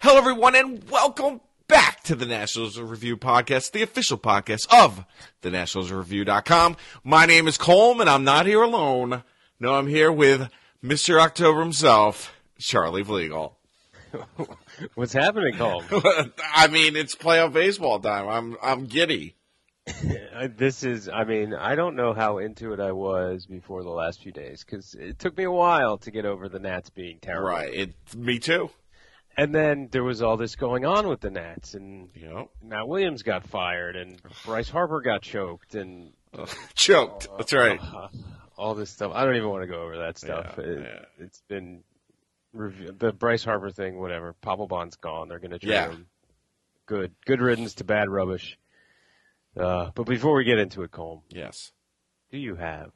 Hello, everyone, and welcome back to the Nationals Review Podcast, the official podcast of the thenationalsreview.com. My name is Colm, and I'm not here alone. No, I'm here with Mr. October himself, Charlie Vliegel. What's happening, Colm? I mean, it's playoff baseball time. I'm I'm giddy. Uh, this is, I mean, I don't know how into it I was before the last few days because it took me a while to get over the Nats being terrible. Right. It, me too. And then there was all this going on with the Nats, and You know, Matt Williams got fired, and Bryce Harper got choked, and uh, choked. That's right. all this stuff. I don't even want to go over that stuff. Yeah, it, yeah. It's been rev- the Bryce Harper thing, whatever. Papelbon's gone. They're going to trade Yeah. him. Good, good riddance to bad rubbish. Uh, but before we get into it, Colm, Yes. do you have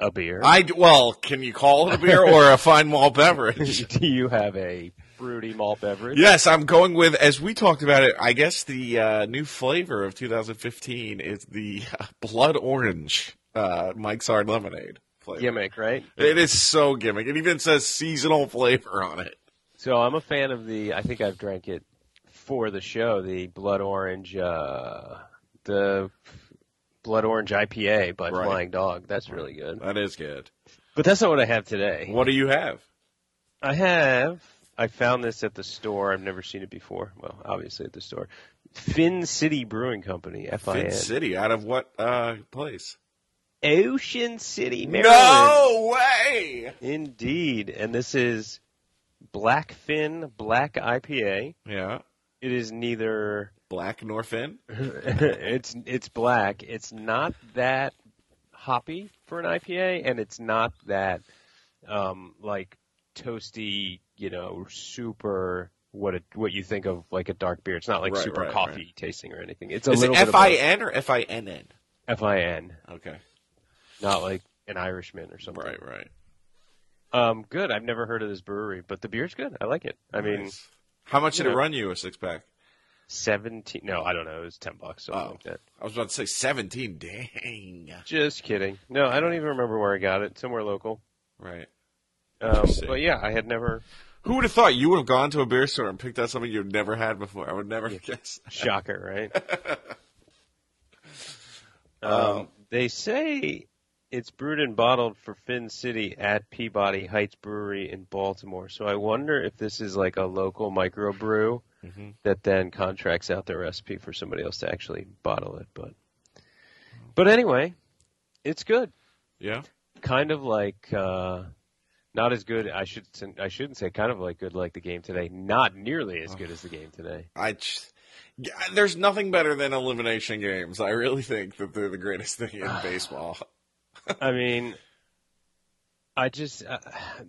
a beer? I d- well, can you call it a beer or a fine malt beverage? do you have a fruity malt beverage? Yes, I'm going with as we talked about it. I guess the uh, new flavor of 2015 is the uh, blood orange uh, Mike's Hard Lemonade flavor. Gimmick, right? It is so gimmick. It even says seasonal flavor on it. So I'm a fan of the. I think I've drank it for the show. The blood orange, uh, the blood orange IPA by Right. Flying Dog. That's really good. That is good. But that's not what I have today. What do you have? I have. I found this at the store. I've never seen it before. Well, obviously at the store. Fin City Brewing Company, F I Fin N. City. Out of what uh, place? Ocean City, Maryland. No way. Indeed. And this is Blackfin Black IPA. Yeah, It is neither black nor fin. it's it's black. It's not that hoppy for an IPA and it's not that um like toasty, you know, super what it what you think of like a dark beer. It's not like Right, super right, coffee tasting or anything. It's a Is it little bit F of I both. N or F I N N? F I N, Okay. not like an Irishman or something. Right. Right. Um good. I've never heard of this brewery, but the beer's good. I like it. I mean, Nice. how much did yeah. it run you a six pack? 17 no i don't know it was 10 bucks something Oh. like that I was about to say 17. Dang. just kidding no i don't even remember where i got it somewhere local Right. um, Interesting. but yeah i had never Who would have thought you would have gone to a beer store and picked out something you've never had before? I would never guess. shocker right um, Um, they say it's brewed and bottled for finn city at peabody heights brewery in baltimore so i wonder if this is like a local microbrew Mhm. that then contracts out their recipe for somebody else to actually bottle it but but anyway it's good Yeah. kind of like uh, not as good. I should I shouldn't say kind of like good like the game today. Not nearly as good as the game today. I. Just, Yeah, there's nothing better than elimination games. I really think that they're the greatest thing in baseball. I mean, I just uh,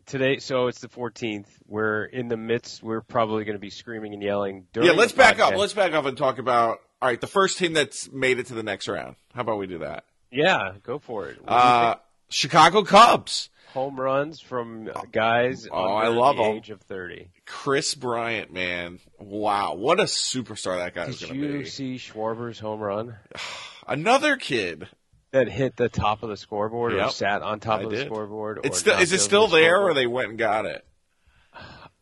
today. So it's the 14th. We're in the midst. We're probably going to be screaming and yelling. During yeah. Let's the back up. podcast. Let's back up and talk about. All right, the first team that's made it to the next round. How about we do that? yeah, go for it. What do you Uh, Chicago Cubs. think? Home runs from guys Oh, I under love the 'em. age of 30. Chris Bryant, man, wow, what a superstar that guy is Did going to you be. see Schwarber's home run Another kid. that hit the top of the scoreboard or Yep. sat on top I of the did. scoreboard? or It's still, knocked is over it still the there, scoreboard? or they went and got it?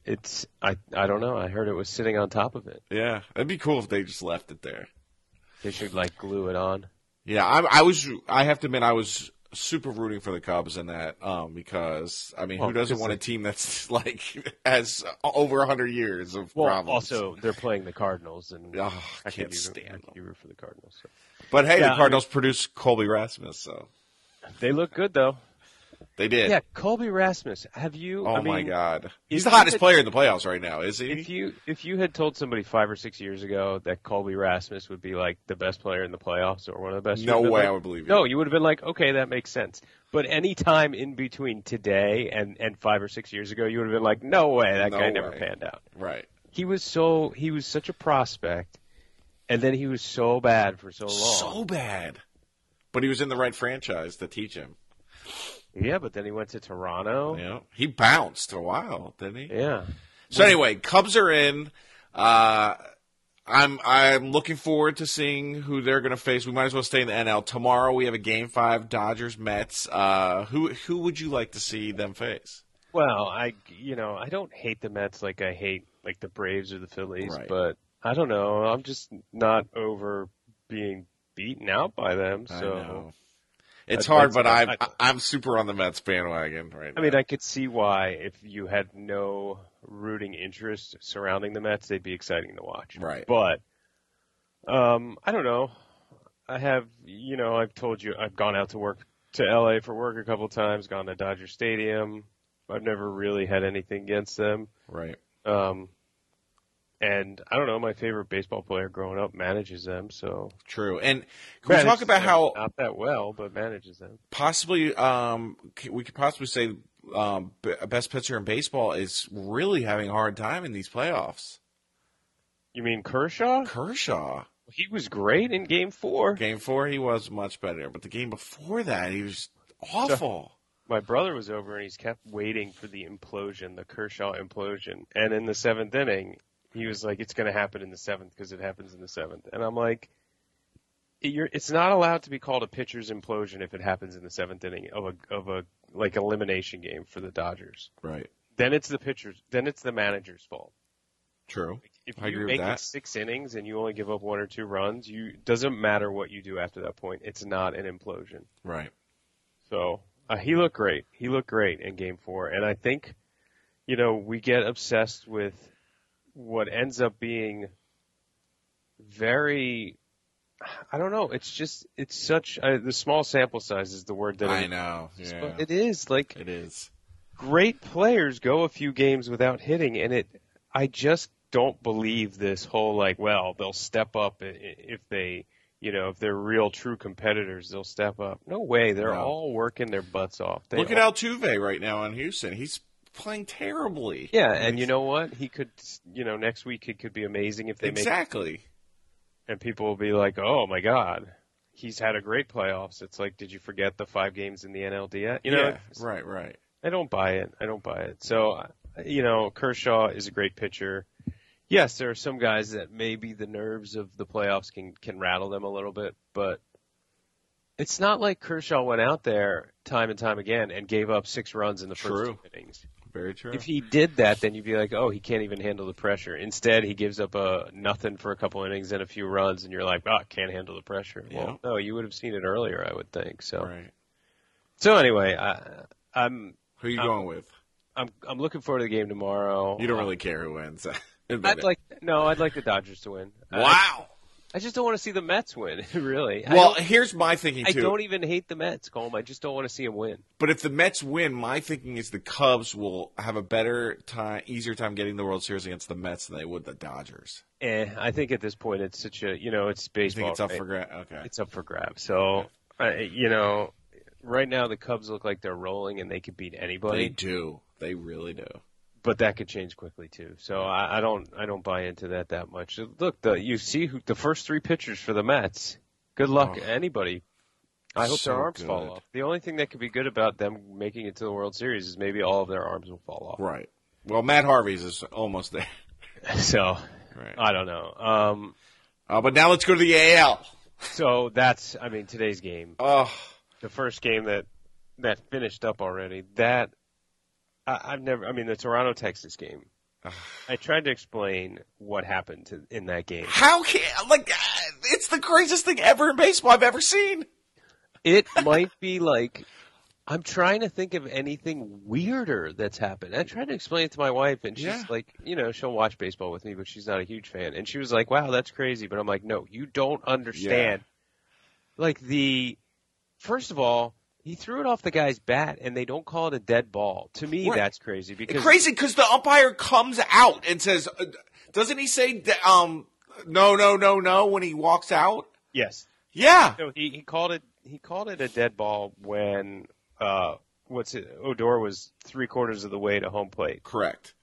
It's I I don't know. I heard it was sitting on top of it. Yeah, it'd be cool if they just left it there. They should like glue it on. Yeah, I, I was. I have to admit, I was super rooting for the Cubs in that um, because I mean, Well, who doesn't because want they- a team that's like has over hundred years of Well, problems? also they're playing the Cardinals, and Ugh, I I can't be, I stand can't them. be root for the Cardinals. so. But hey, Yeah, I the mean- Cardinals produced Colby Rasmus, so They look good though. they did. Yeah, Colby Rasmus. Have you? Oh I my mean, God, he's if the you hottest had- player in the playoffs right now, is he? If you if you had told somebody five or six years ago that Colby Rasmus would be like the best player in the playoffs or one of the best, you no would've been way, like, I would believe you. No, you would have been like, okay, that makes sense. But any time in between today and and five or six years ago, you would have been like, no way, that No guy never way. panned out. right. he was so he was such a prospect, and then he was so bad for so long. so bad. But he was in the right franchise to teach him. yeah, but then he went to Toronto. You know, he bounced a while, didn't he? Yeah, So anyway, Cubs are in. Uh, I'm I'm looking forward to seeing who they're going to face. We might as well stay in the NL tomorrow. We have a game five, Dodgers Mets. Uh, who who would you like to see them face? well, I you know I don't hate the Mets like I hate like the Braves or the Phillies, Right. but I don't know. I'm just not over being beaten out by them. I So know. It's That's- hard, that's- but I'm I- I'm super on the Mets bandwagon right now. I mean, I could see why if you had no rooting interest surrounding the Mets, they'd be exciting to watch. Right. But um, I don't know. I have, you know, I've told you I've gone out to work to LA for work a couple times, gone to Dodger Stadium. I've never really had anything against them. right. Um, and I don't know, my favorite baseball player growing up manages them, so True. And can we talk Manages about them, how not that well, but manages them. possibly um c- we could possibly say um b- best pitcher in baseball is really having a hard time in these playoffs. You mean Kershaw? Kershaw. He was great in Game Four. Game 4 he was much better, but the game before that he was awful. my brother was over and he's kept waiting for the implosion, the Kershaw implosion. And in the seventh inning, he was like, "It's going to happen in the seventh because it happens in the seventh. And I'm like, "You're, it's not allowed to be called a pitcher's implosion if it happens in the seventh inning of a of a like elimination game for the Dodgers. Right. Then it's the pitcher's, then it's the manager's fault. True. If I agree you with make that. it six innings and you only give up one or two runs, you doesn't matter what you do after that point. It's not an implosion." Right. So uh, he looked great. He looked great in Game Four, and I think, you know, we get obsessed with what ends up being very. I don't know. It's just it's such uh, the small sample size is the word that I it- know. Yeah. But it is like it is. great players go a few games without hitting, and it. I just don't believe this whole like, well, they'll step up i- i- if they, you know, if they're real true competitors, they'll step up. No way, they're No. all working their butts off. They Look at all- Altuve right now in Houston. He's playing terribly. Yeah, and you know what? He could, you know, next week it could be amazing if they make, exactly. and people will be like, oh my god, he's had a great playoffs. It's like, did you forget the five games in the NLDS? You know, yeah, it's- right, right. I don't buy it. I don't buy it. So, uh, you know, Kershaw is a great pitcher. Yes, there are some guys that maybe the nerves of the playoffs can can rattle them a little bit, but it's not like Kershaw went out there time and time again and gave up six runs in the first True. two innings. Very true. If he did that, then you'd be like, "Oh, he can't even handle the pressure." Instead, he gives up a nothing for a couple innings and a few runs, and you're like, "Oh, can't handle the pressure." Well, no, you would have seen it earlier, I would think. So, right. so anyway, I, I'm Who are you Um, going with? I'm I'm looking forward to the game tomorrow. Uh, You don't really care who wins. Admit I'd it. Uh, like no, I'd like the Dodgers to win. I, wow. I just don't want to see the Mets win. Really. I well, don't- here's my thinking I too. don't e- even hate the Mets, Colm. I just don't want to see them win. But if the Mets win, my thinking is the Cubs will have a better time, easier time getting the World Series against the Mets than they would the Dodgers. Eh, I think at this point it's such a you know it's You baseball. think it's up right? for grabs? Okay. it's up for grabs. So I, you know, right now the Cubs look like they're rolling and they could beat they anybody, do. They really do. but that could change quickly too. So I, I don't I don't buy into that that much. Look, the, you see who the first three pitchers for the Mets. Good luck, Oh. anybody. I hope So their arms good. fall off. The only thing that could be good about them making it to the World Series is maybe all of their arms will fall off. Right. Well, Matt Harvey's is almost there. So Right. I don't know. Um, Uh, but now let's go to the AL. so that's I mean today's game. Oh, the first game that that finished up already. That I, I've never. I mean, the Toronto Texas game. I tried to explain what happened to, in that game. how can like uh, it's the craziest thing ever in baseball I've ever seen. It might be like I'm trying to think of anything weirder that's happened. I tried to explain it to my wife, and she's Yeah. like, you know, she'll watch baseball with me, but she's not a huge fan. And she was like, "Wow, that's crazy." But I'm like, "No, you don't understand." Like the first of all. He threw it off the guy's bat, and they don't call it a dead ball. To me, Right. that's crazy because Crazy because the umpire comes out and says, uh, doesn't he say d- um no no no no when he walks out? Yes. Yeah. No, he, he called it he called it a dead ball when uh what's it Odor was three quarters of the way to home plate. Correct.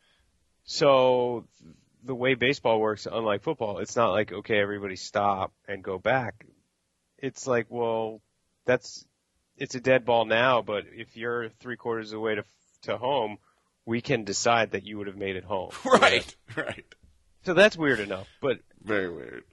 So the way baseball works, unlike football, it's not like okay, everybody stop and go back. It's like, well, that's it's a dead ball now, but if you're three quarters of the way to to home, we can decide that you would have made it home. Right. Right. So that's weird enough, but Very weird.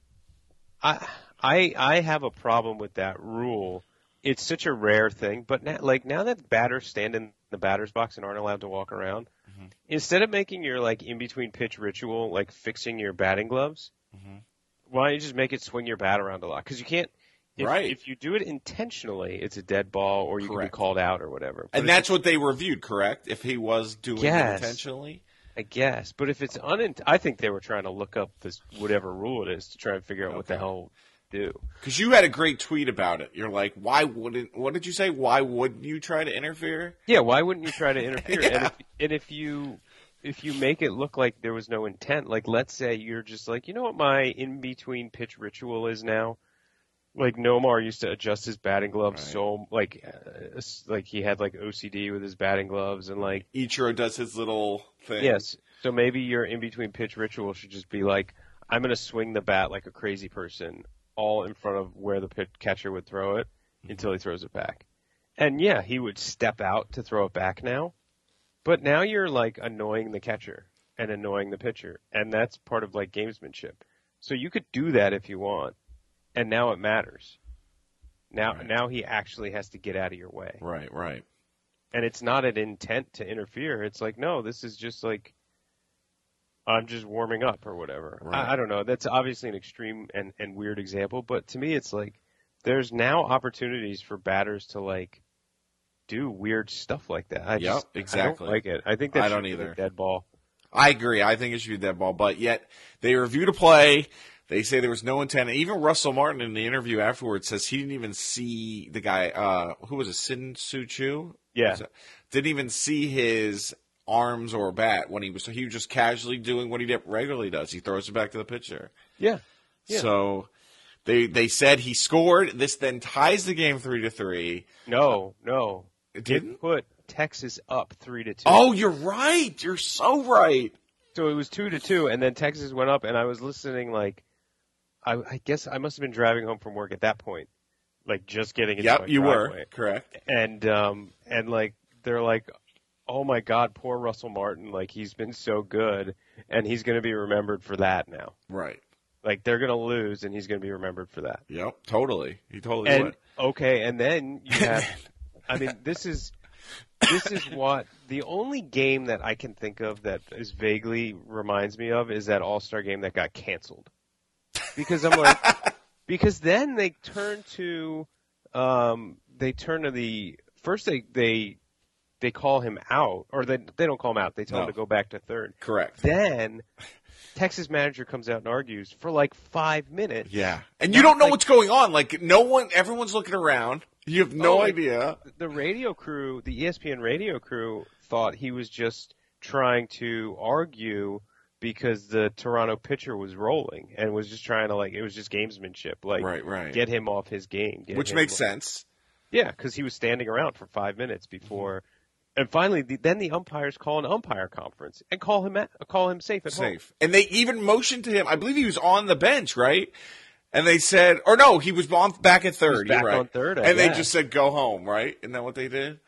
I I I have a problem with that rule. It's such a rare thing, but now, like now that batters stand in the batter's box and aren't allowed to walk around, Mm-hmm. Instead of making your like in between pitch ritual like fixing your batting gloves, Mhm. why don't you just make it swing your bat around a lot? Because you can't. If, Right. If you do it intentionally, it's a dead ball, or you can Correct. be called out or whatever. But And if that's what they reviewed, correct? If he was doing Yes. it intentionally. I guess. But if it's unin I think they were trying to look up this whatever rule it is to try and figure out what the Okay. hell do. Because you had a great tweet about it. You're like, why wouldn't, what did you say? Why wouldn't you try to interfere? Yeah, why wouldn't you try to interfere? and, Yeah. if, and if you if you make it look like there was no intent, like let's say you're just like, you know what my in between pitch ritual is now. Like Nomar used to adjust his batting gloves Right. so like uh, s- like he had like OCD with his batting gloves and like Ichiro does his little thing. Yes. So maybe your in between pitch ritual should just be like, I'm going to swing the bat like a crazy person, all in front of where the pit catcher would throw it Mm-hmm. until he throws it back. And yeah, he would step out to throw it back now. But now you're like annoying the catcher and annoying the pitcher. And that's part of like gamesmanship. So you could do that if you want. And now it matters. Now, Right. now he actually has to get out of your way Right, right. and it's not an intent to interfere. It's like, no, this is just like I'm just warming up or whatever. Right. I, I don't know. That's obviously an extreme and, and weird example, but to me it's like there's now opportunities for batters to like do weird stuff like that. I Yep, just I don't exactly. like it. I think that I should don't be the either. dead ball. I agree. I think it should be dead ball, but yet they reviewed a play. They say there was no intent. And even Russell Martin in the interview afterwards says he didn't even see the guy, uh, who was it, Sin Su Chu? Yeah. So- Didn't even see his arms or bat when he was, he was just casually doing what he did- regularly does. He throws it back to the pitcher. Yeah. Yeah. So they, they said he scored. This then ties the game three to three. No, no. It It didn't? put Texas up three to two. Oh, you're right. You're so right. So it was two to two, and then Texas went up, and I was listening like, I, I guess I must have been driving home from work at that point, like just getting into my Yep, you were driveway. correct. and um and like they're like, oh my god, poor Russell Martin, like he's been so good, and he's gonna be remembered for that now. Right. Like they're gonna lose, and he's gonna be remembered for that. Yep, totally. He totally and would. okay, and then you have. I mean, this is this is what the only game that I can think of that is vaguely reminds me of is that All Star game that got canceled because I'm like because then they turn to um they turn to the first they they they call him out or they they don't call him out they tell No. him to go back to third Correct. then Texas manager comes out and argues for like five minutes Yeah. And you don't know like- what's going on. Like no one everyone's looking around. You have no Oh, like- idea. the radio crew, the E ESPN radio crew, thought he was just trying to argue because the Toronto pitcher was rolling and was just trying to like it was just gamesmanship, like right, right. get him off his game, get Which him makes off- sense. Yeah, because he was standing around for five minutes before, Mm-hmm. and finally, the, then the umpires call an umpire conference and call him at, call him safe at home. Safe. And they even motioned to him. I believe he was on the bench, right? And they said or no, he was on back at third. back You're right. on third, I and they guess. just said go home, right? Isn't that what they did?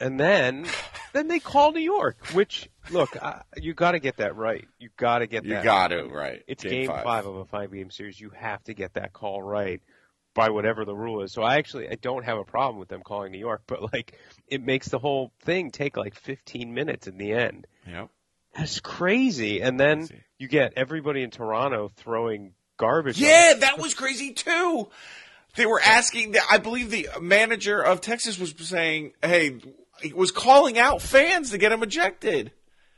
And then, then they call New York, which look, I, you got to get that right. You got to get You that got it, right. It's game, five. of a five game series. You have to get that call right by whatever the rule is. So I actually I don't have a problem with them calling New York, but like it makes the whole thing take like 15 minutes in the end. Yep. That's crazy. And then Crazy. you get everybody in Toronto throwing garbage. on Yeah, it. that was crazy too. They were asking. I believe the manager of Texas was saying, "Hey, he was calling out fans to get him ejected."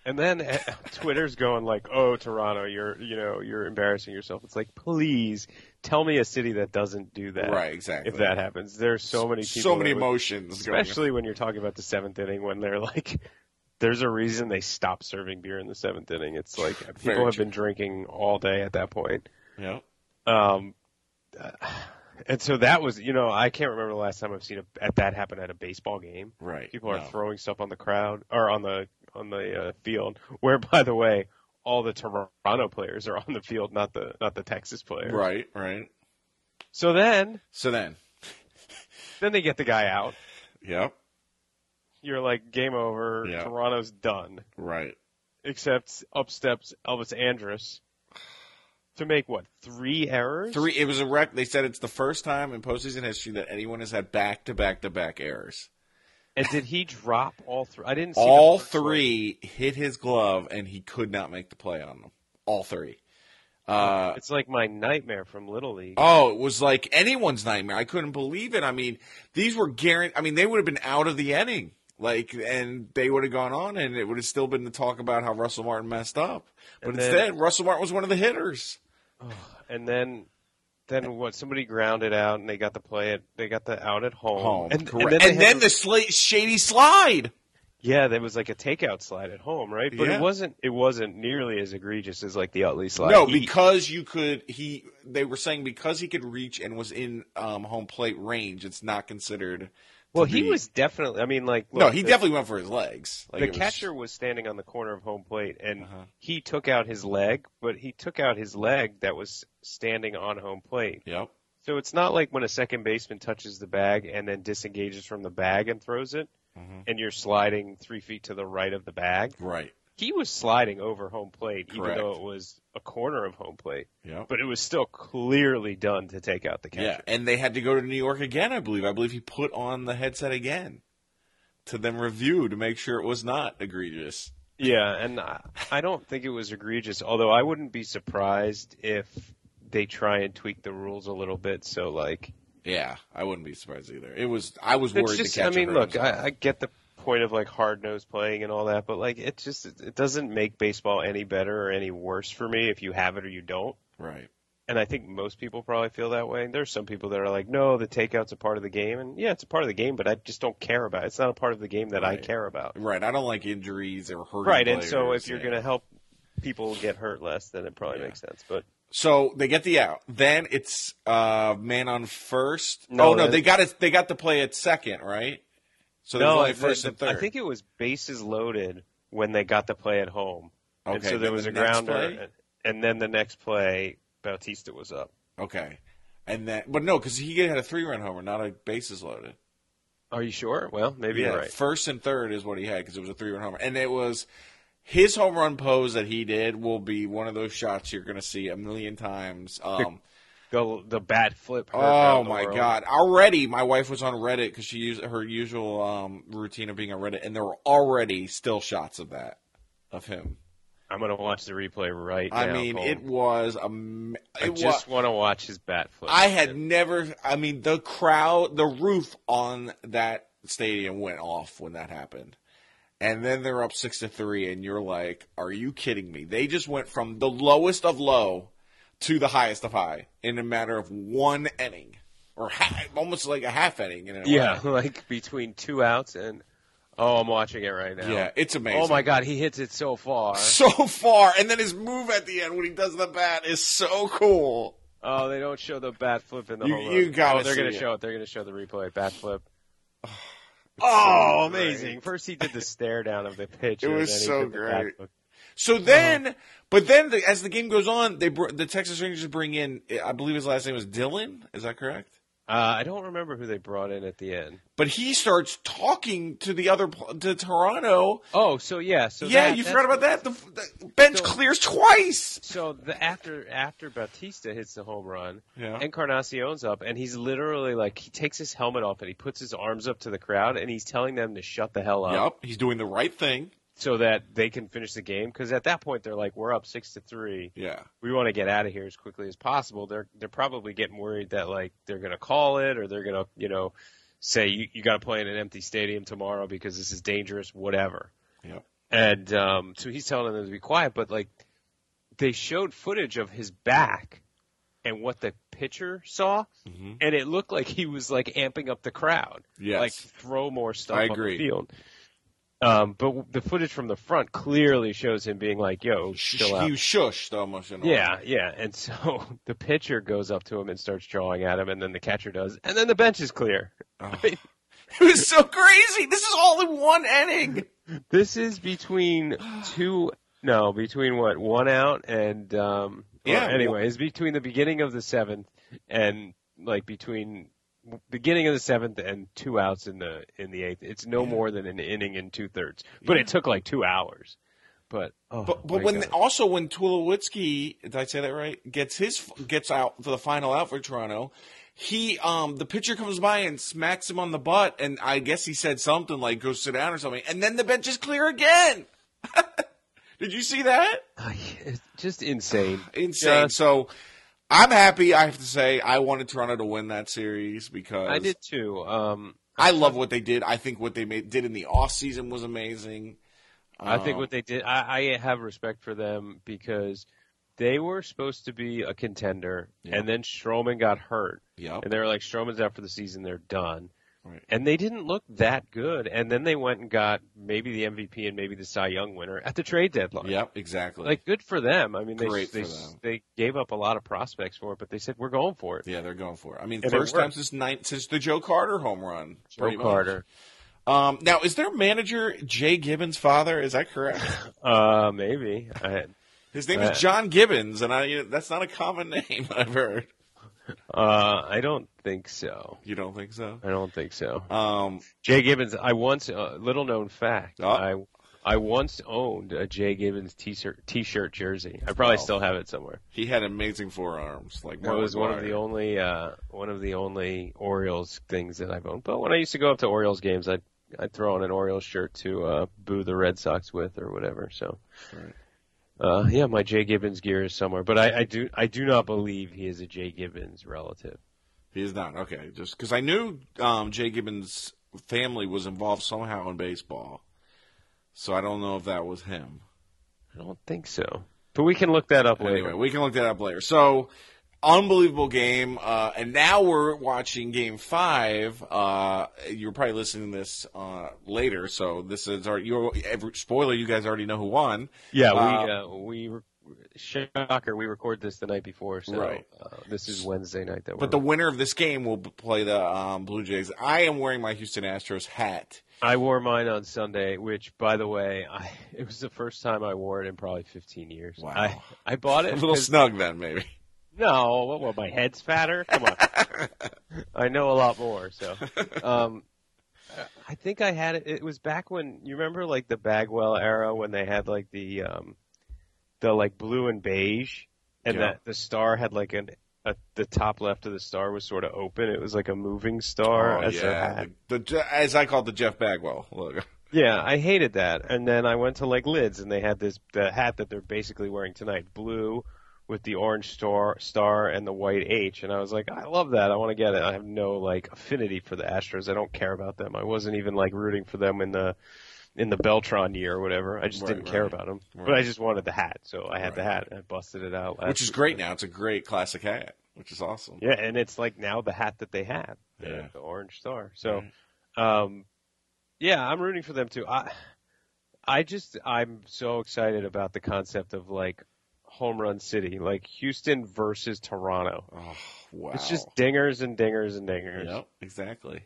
And then eh, Twitter's going like, "Oh, Toronto, you're you know you're embarrassing yourself." It's like, please tell me a city that doesn't do that. Right, exactly. If that happens, there's so many people. So many that would- emotions, going on. especially when you're talking about the seventh inning when they're like there's a reason they stopped serving beer in the seventh inning it's like people have true. been drinking all day at that point Yeah. um uh, and so that was you know i can't remember the last time i've seen a, at that happen at a baseball game Right. people are No. throwing stuff on the crowd or on the on the uh, field where by the way all the toronto players are on the field not the not the texas players Right. Right. so then So then, then they get the guy out yep. you're like game over Yeah. toronto's done Right. except up steps Elvis Andrus to make what three errors? Three. It was a wreck. They said it's the first time in postseason history that anyone has had back to back to back errors. And did he drop all three? I didn't see the All first one. three hit his glove, and he could not make the play on them. All three. Uh, It's like my nightmare from Little League. Oh, it was like anyone's nightmare. I couldn't believe it. I mean, these were guaranteed. I mean, they would have been out of the inning, like, and they would have gone on, and it would have still been the talk about how Russell Martin messed up. But And then- instead, Russell Martin was one of the hitters. And then, then what? Somebody grounded out, and they got the play. At, they got the out at home. Home, Oh. And, correct. and then, they had to- the sla- shady slide. yeah, there was like a takeout slide at home, right? But Yeah. it wasn't. It wasn't nearly as egregious as like the Utley slide. no, He- because you could. He they were saying because he could reach and was in um, home plate range, it's not considered. well, to he be- was definitely. I mean, like No, look, he the- definitely went for his legs. Like, The it was- catcher was standing on the corner of home plate, and Uh-huh. he took out his leg, but he took out his leg that was standing on home plate. Yep. So it's not like when a second baseman touches the bag and then disengages from the bag and throws it, Mhm. and you're sliding three feet to the right of the bag. Right. He was sliding over home plate, Correct. even though it was a corner of home plate, Yep. but it was still clearly done to take out the catcher. Yeah, and they had to go to New York again, I believe. I believe he put on the headset again to then review to make sure it was not egregious. Yeah, and I, I don't think it was egregious. Although I wouldn't be surprised if they try and tweak the rules a little bit. So like, Yeah, I wouldn't be surprised either. It was I was it's worried just. the I catcher. mean, hurt look, himself. I, I get the point of like hard nose playing and all that, but like, it just it doesn't make baseball any better or any worse for me if you have it or you don't. right. And I think most people probably feel that way. There's some people that are like, no, the takeout's a part of the game, and yeah, it's a part of the game, but I just don't care about it. It's not a part of the game that I Right. care about. Right. I don't like injuries or hurting. Right, and so players, if you're yeah. gonna help people get hurt less, then it probably Yeah. makes sense. But So they get the out. Then it's uh man on first. No, oh no, that- they got it they got to play at second, right? So there's only the- first and the- third. I think it was bases loaded when they got the play at home. okay, and so there then was the a next grounder. play? and- And then the next play, Bautista was up. Okay. And then but no, because he had a three run homer, not a bases loaded. Are you sure? Well, maybe yeah, you're right. First and third is what he had because it was a three run homer. And it was his home run pose that he did will be one of those shots you're going to see a million times. Um, The, the bat flip. hurt out oh, of the my world. God. Already, my wife was on Reddit because she used her usual um, routine of being on Reddit, and there were already still shots of that, of him. I'm going to watch the replay right I now. mean, Cole. it was. Um, I it was. just want to watch his bat flip. I had never. I mean, the crowd, the roof on that stadium went off when that happened, and then they're up six to three, and you're like, "Are you kidding me?" They just went from the lowest of low to the highest of high in a matter of one inning, or ha almost like a half inning. In a way. Yeah, like between two outs and. Oh, I'm watching it right now. yeah, it's amazing. Oh my God, he hits it so far. So far, and then his move at the end when he does the bat is so cool. Oh, they don't show the bat flip in the You- whole. you run. gotta Oh, they're gonna see it. show it. They're gonna show the replay bat flip. Oh, oh, amazing! First, he did the stare down of the pitch. It and was then he so did the bat great. flip. So then, Uh-huh. but then the, as the game goes on, they br- the Texas Rangers bring in, I believe his last name was Dylan. Is that correct? Uh, I don't remember who they brought in at the end. But he starts talking to the other pl- to Toronto. Oh, so yeah, so yeah, that- you that's- forgot about that. The, the bench So- clears twice. So the, after after Bautista hits the home run, Yeah. Encarnacion's up, and he's literally like he takes his helmet off and he puts his arms up to the crowd, and he's telling them to shut the hell up. Yep. He's doing the right thing. so that they can finish the game. Because at that point, they're like, we're up six to three. Yeah. We want to get out of here as quickly as possible. They're they're probably getting worried that like they're gonna call it or they're gonna you know say you you got to play in an empty stadium tomorrow because this is dangerous, whatever. Yep. And um, so he's telling them to be quiet, but like they showed footage of his back and what the pitcher saw, Mm-hmm. and it looked like he was like amping up the crowd Yes. like throw more stuff I on agree. the field. Um, but w- the footage from the front clearly shows him being like, "Yo, Sh- chill he out." was shushed almost. In a way. Yeah, yeah. And so the pitcher goes up to him and starts drawing at him, and then the catcher does, and then the bench is clear. Oh. it was so crazy. This is all in one inning. This is between two, no, between what one out and um, or Yeah, Anyway, it's between the beginning of the seventh and like between beginning of the seventh and two outs in the in the eighth. It's no Yeah. more than an inning and two thirds, but it took like two hours. But oh, But but my when God. also when Tulowitzki, did I say that right? Gets his gets out for the final out for Toronto, he um the pitcher comes by and smacks him on the butt, and I guess he said something like "go sit down" or something, and then the bench is clear again. Did you see that? It's just insane. Insane. Just- so I'm happy. I have to say I wanted Toronto to win that series because I did too. Um, I love what they did. I think what they made, did in the off season was amazing. I think Um, what they did, I, I have respect for them because they were supposed to be a contender, Yeah. and then Strowman got hurt, Yep. and they were like, Strowman's out for the season, they're done. Right. And they didn't look that good, and then they went and got maybe the MVP and maybe the Cy Young winner at the trade deadline. Yep. Exactly. Like good for them. I mean, they Great they, for them. they gave up a lot of prospects for it, but they said we're going for it. yeah, they're going for it. I mean, And it first time worked. since nine, since the Joe Carter home run. Joe pretty much. Carter, Um, now, is their manager Jay Gibbons' father? Is that correct? uh, maybe. I, His name Uh, is John Gibbons, and I you know, that's not a common name I've heard. uh, I don't think so. You don't think so? I don't think so. Um, Jay Gibbons. I once uh, little known fact. Oh. I I once owned a Jay Gibbons t-shirt t-shirt jersey. I probably Wow. still have it somewhere. he had amazing forearms. Like That Mark was one of McGwire. the only uh, one of the only Orioles things that I've owned. But when I used to go up to Orioles games, I'd I'd throw on an Orioles shirt to uh, boo the Red Sox with or whatever. So. Right. Uh, yeah, my Jay Gibbons gear is somewhere, but I, I do I do not believe he is a Jay Gibbons relative. He is not okay. Just because I knew um, Jay Gibbons' family was involved somehow in baseball, so I don't know if that was him. I don't think so, but we can look that up later. Anyway, we can look that up later. So, unbelievable game. Uh, and now we're watching game five. Uh, you're probably listening to this uh, later. So, this is our you every, spoiler. You guys already know who won. Yeah, we uh, we re- shocker we record this the night before, so Right. uh, this is Wednesday night that we're. But the winner of this game will b- play the um, Blue Jays. I am wearing my Houston Astros hat. I wore mine on Sunday, which by the way, I it was the first time I wore it in probably 15 years. Wow. I I bought A it. little 'cause- snug then, maybe. no, what, what? My head's fatter. Come on. I know a lot more, so. Um, I think I had it. It was back when you remember, like the Bagwell era, when they had like the um, the like blue and beige, and Yeah. that the star had like an a, the top left of the star was sort of open. It was like a moving star. Oh, as a yeah. hat. The, the- as I call the Jeff Bagwell logo. yeah. I hated that. And then I went to like Lids, and they had this the hat that they're basically wearing tonight, blue with the orange star star and the white H. And I was like, I love that. I want to get it. I have no like affinity for the Astros. I don't care about them. I wasn't even like rooting for them in the in the Beltron year or whatever. I just Right, didn't care right. about them. But Right. I just wanted the hat, so I had the Right. hat and I busted it out. Last which is week. great now. It's a great classic hat, which is awesome. Yeah, and it's like now the hat that they have, the, Yeah. the orange star. So, um, yeah, I'm rooting for them too. I, I just I'm so excited about the concept of like home run city, like Houston versus Toronto. Oh, wow. It's just dingers and dingers and dingers. Yep, exactly.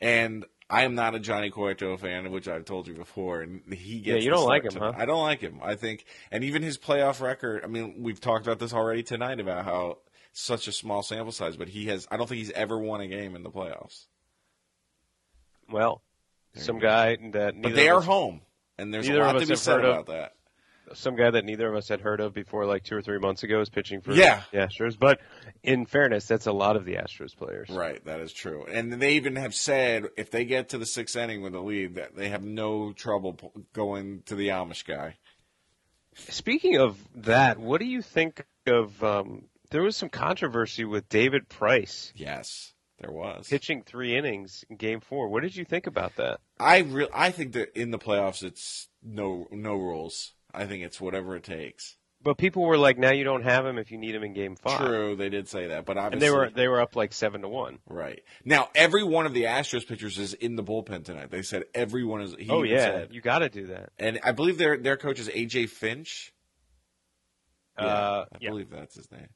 And I am not a Johnny Cueto fan, which I've told you before. And he gets Yeah, you the don't start like him, tonight. huh? I don't like him. I think, and even his playoff record. I mean, we've talked about this already tonight about how such a small sample size, but he has. I don't think he's ever won a game in the playoffs. Well, There some you go. guy that neither But they of are us- home, and there's a neither of lot to us be have said heard of- about that. some guy that neither of us had heard of before, like two or three months ago, is pitching for Yeah. the Astros. But in fairness, that's a lot of the Astros players. Right, that is true. And they even have said if they get to the sixth inning with a lead, that they have no trouble p- going to the Amish guy. Speaking of that, what do you think of? Um, there was some controversy with David Price Yes, there was. pitching three innings in Game Four. What did you think about that? I re- I think that in the playoffs, it's no no rules. I think it's whatever it takes. But people were like, "Now you don't have him if you need him in Game 5. True, they did say that, but and obviously they were they were up like seven to one. right now. Every one of the Astros pitchers is in the bullpen tonight. They said everyone is. He oh even yeah, said- you got to do that. and I believe their their coach is AJ Finch. Yeah, uh, I yeah, believe that's his name.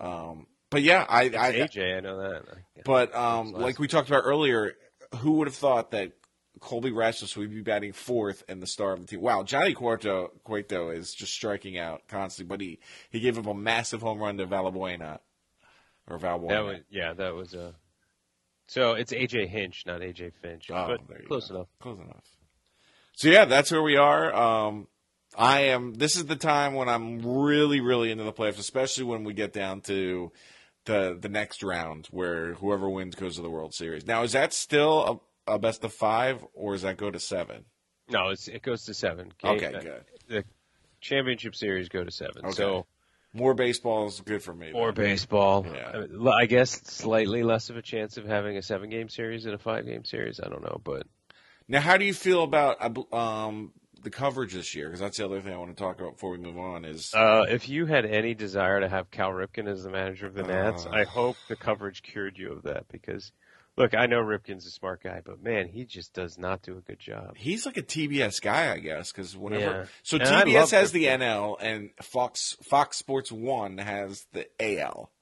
Um, but yeah, I I, AJ, I know that. But um, Last- like we talked about earlier, who would have thought that Colby Rasmus would be batting fourth and the star of the team? Wow, Johnny Cueto, Cueto is just striking out constantly, but he, he gave up a massive home run to Valbuena. Or Valbuena. That was yeah, that was uh So it's AJ Hinch, not AJ Finch, Oh, but there you close go. enough. Close enough. So yeah, that's where we are. Um, I am. This is the time when I'm really, really into the playoffs, especially when we get down to the the next round where whoever wins goes to the World Series. Now, is that still a, a best of five, or does that go to seven? No, it's, it goes to seven. Okay, Uh, good. The championship series go to seven. Okay. So More baseball is good for me. more baseball. Yeah. I mean, l- I guess slightly less of a chance of having a seven game series than a five game series. I don't know, but Now, how do you feel about uh, bl- um, the coverage this year? Because that's the other thing I want to talk about before we move on. Is uh, if you had any desire to have Cal Ripken as the manager of the Nats, Uh. I hope the coverage cured you of that because. Look, I know Ripken's a smart guy, but man, he just does not do a good job. he's like a TBS guy, I guess? Because whenever Yeah. so And I TBS love has the Ripken. NL and Fox Fox Sports One has the AL.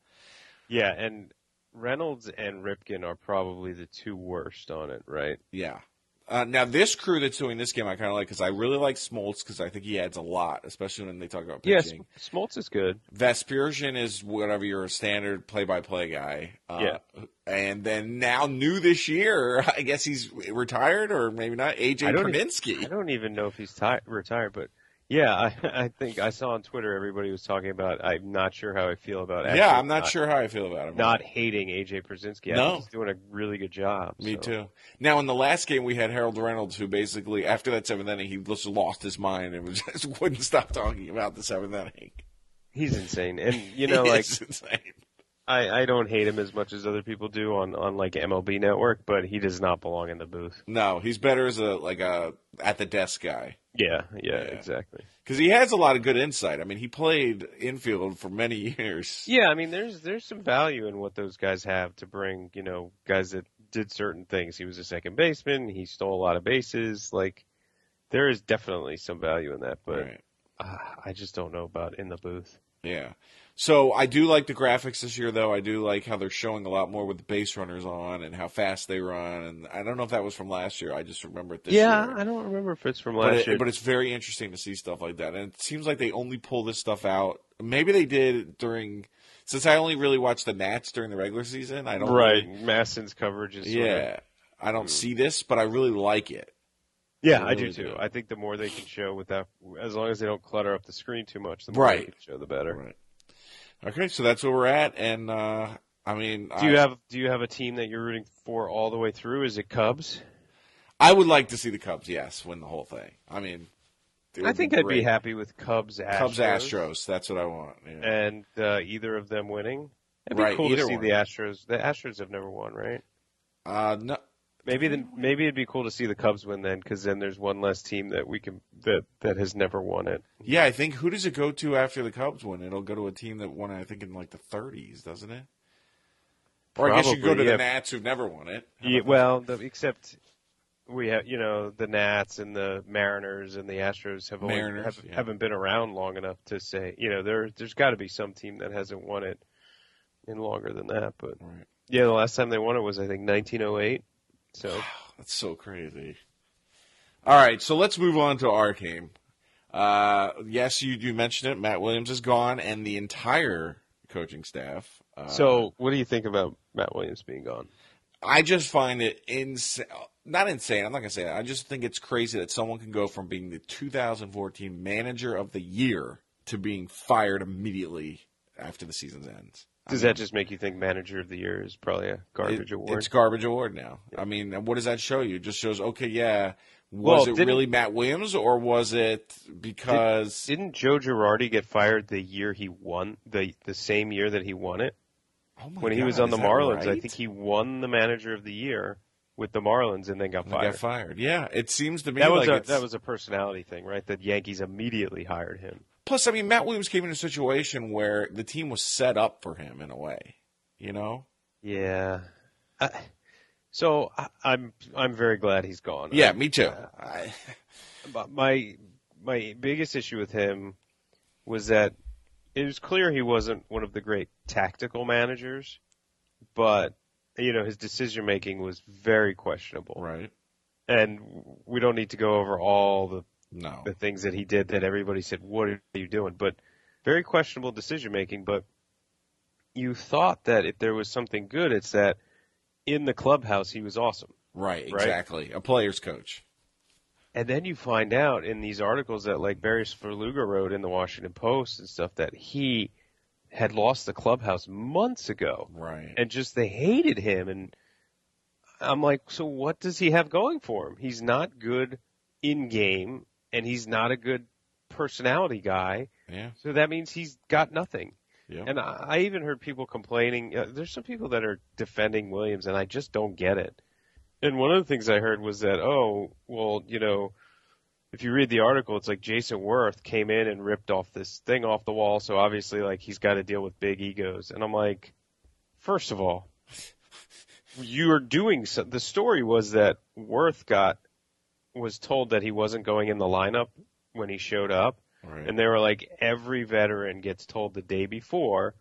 Yeah, and Reynolds and Ripken are probably the two worst on it, right? Yeah. Uh, now this crew that's doing this game, I kind of like because I really like Smoltz because I think he adds a lot, especially when they talk about Yes, pitching. Smoltz is good. Vespiersian is whatever your standard play-by-play guy. Uh, Yeah. And then now new this year, I guess he's retired or maybe not. AJ I don't e- Kaminsky. I don't even know if he's ti retired, but yeah, I, I think I saw on Twitter everybody was talking about. I'm not sure how I feel about. actually yeah, I'm not, sure how I feel about him. Not hating AJ Brzezinski. I No. think he's doing a really good job. me so. too. Now in the last game we had Harold Reynolds, who basically after that seventh inning he just lost his mind and was just wouldn't stop talking about the seventh inning. He's insane, and you know, like It's insane. I, I don't hate him as much as other people do on on like MLB Network, but he does not belong in the booth. no, he's better as a like a at the desk guy. Yeah, yeah, Yeah. exactly. Because he has a lot of good insight. I mean, he played infield for many years. Yeah, I mean, there's there's some value in what those guys have to bring. You know, guys that did certain things. He was a second baseman. He stole a lot of bases. Like, there is definitely some value in that, but Right. uh, I just don't know about in the booth. Yeah. So I do like the graphics this year, though. I do like how they're showing a lot more with the base runners on and how fast they run. And I don't know if that was from last year. I just remember it this yeah, year. I don't remember if it's from But, last it- year. but it's very interesting to see stuff like that. And it seems like they only pull this stuff out. Maybe they did during. Since I only really watched the Nats during the regular season, I don't. right, Hmm. really- Masson's coverage is sort of- yeah. I don't see this, but I really like it. yeah, I Really do too. do. I think the more they can show without, as long as they don't clutter up the screen too much, the more Right. they can show, the better. Right. Okay, so that's where we're at, and uh, I mean, Do you I, have do you have a team that you're rooting for all the way through? Is it Cubs? I would like to see the Cubs, yes, win the whole thing. I mean, it I would think I'd be great. happy with Cubs Astros. Cubs Astros. That's what I want. yeah. and uh, either of them winning. It'd be Right, cool to either see one. the Astros. The Astros have never won, right? Uh, no, Maybe the, maybe it'd be cool to see the Cubs win then, because then there's one less team that we can that that has never won it. yeah, I think who does it go to after the Cubs win? It'll go to a team that won, I think, in like the 30s, doesn't it? Or I guess you go Probably, to yeah. the Nats, who've never won it. How Yeah, about well, the, except we have you know the Nats and the Mariners and the Astros have only Mariners, have, yeah. haven't been around long enough to say you know there there's got to be some team that hasn't won it in longer than that. But that? Right. yeah, the last time they won it was I think 1908. So That's so crazy. All right, so let's move on to our team. Uh, yes, you you mentioned it. Matt Williams is gone, and the entire coaching staff. Uh, So, what do you think about Matt Williams being gone? I just find it insane. Not insane. I'm not gonna say that. I just think it's crazy that someone can go from being the 2014 Manager of the Year to being fired immediately after the season's ends. I Does mean, that just make you think Manager of the Year is probably a garbage it- award? It's garbage award now. I mean, what does that show you? It just shows. Okay, yeah. Was Well, it didn't- really Matt Williams, or was it because Didn't Joe Girardi get fired the year he won the the same year that he won it Oh my when he God, was on the is that Marlins? I right? think he won the Manager of the Year with the Marlins and then got And they fired. got fired. Yeah, it seems to me that was like a it's- that was a personality thing, right? The Yankees immediately hired him. Plus, I mean, Matt Williams came in a situation where the team was set up for him in a way. You know? Yeah. I, so I, I'm I'm very glad he's gone. Yeah, me too. Uh, I, But my my biggest issue with him was that it was clear he wasn't one of the great tactical managers, but you know his decision making was very questionable. right? And we don't need to go over all the No. the things that he did that everybody said, "What are you doing?" But very questionable decision making. But you thought that if there was something good, it's that in the clubhouse he was awesome. Right, Right. exactly. A player's coach. And then you find out in these articles that like Barry Sverluga wrote in the Washington Post and stuff that he had lost the clubhouse months ago, Right. and just they hated him. And I'm like, so what does he have going for him? He's not good in game, and he's not a good personality guy. Yeah. So that means he's got nothing. Yeah. And I, I even heard people complaining. Uh, there's some people that are defending Williams, and I just don't get it. And one of the things I heard was that, oh, well, you know, if you read the article, it's like Jason Worth came in and ripped off this thing off the wall, so obviously, like, he's got to deal with big egos. And I'm like, first of all, you're doing so. The story was that Worth got was told that he wasn't going in the lineup when he showed up, right. and they were like, every veteran gets told the day before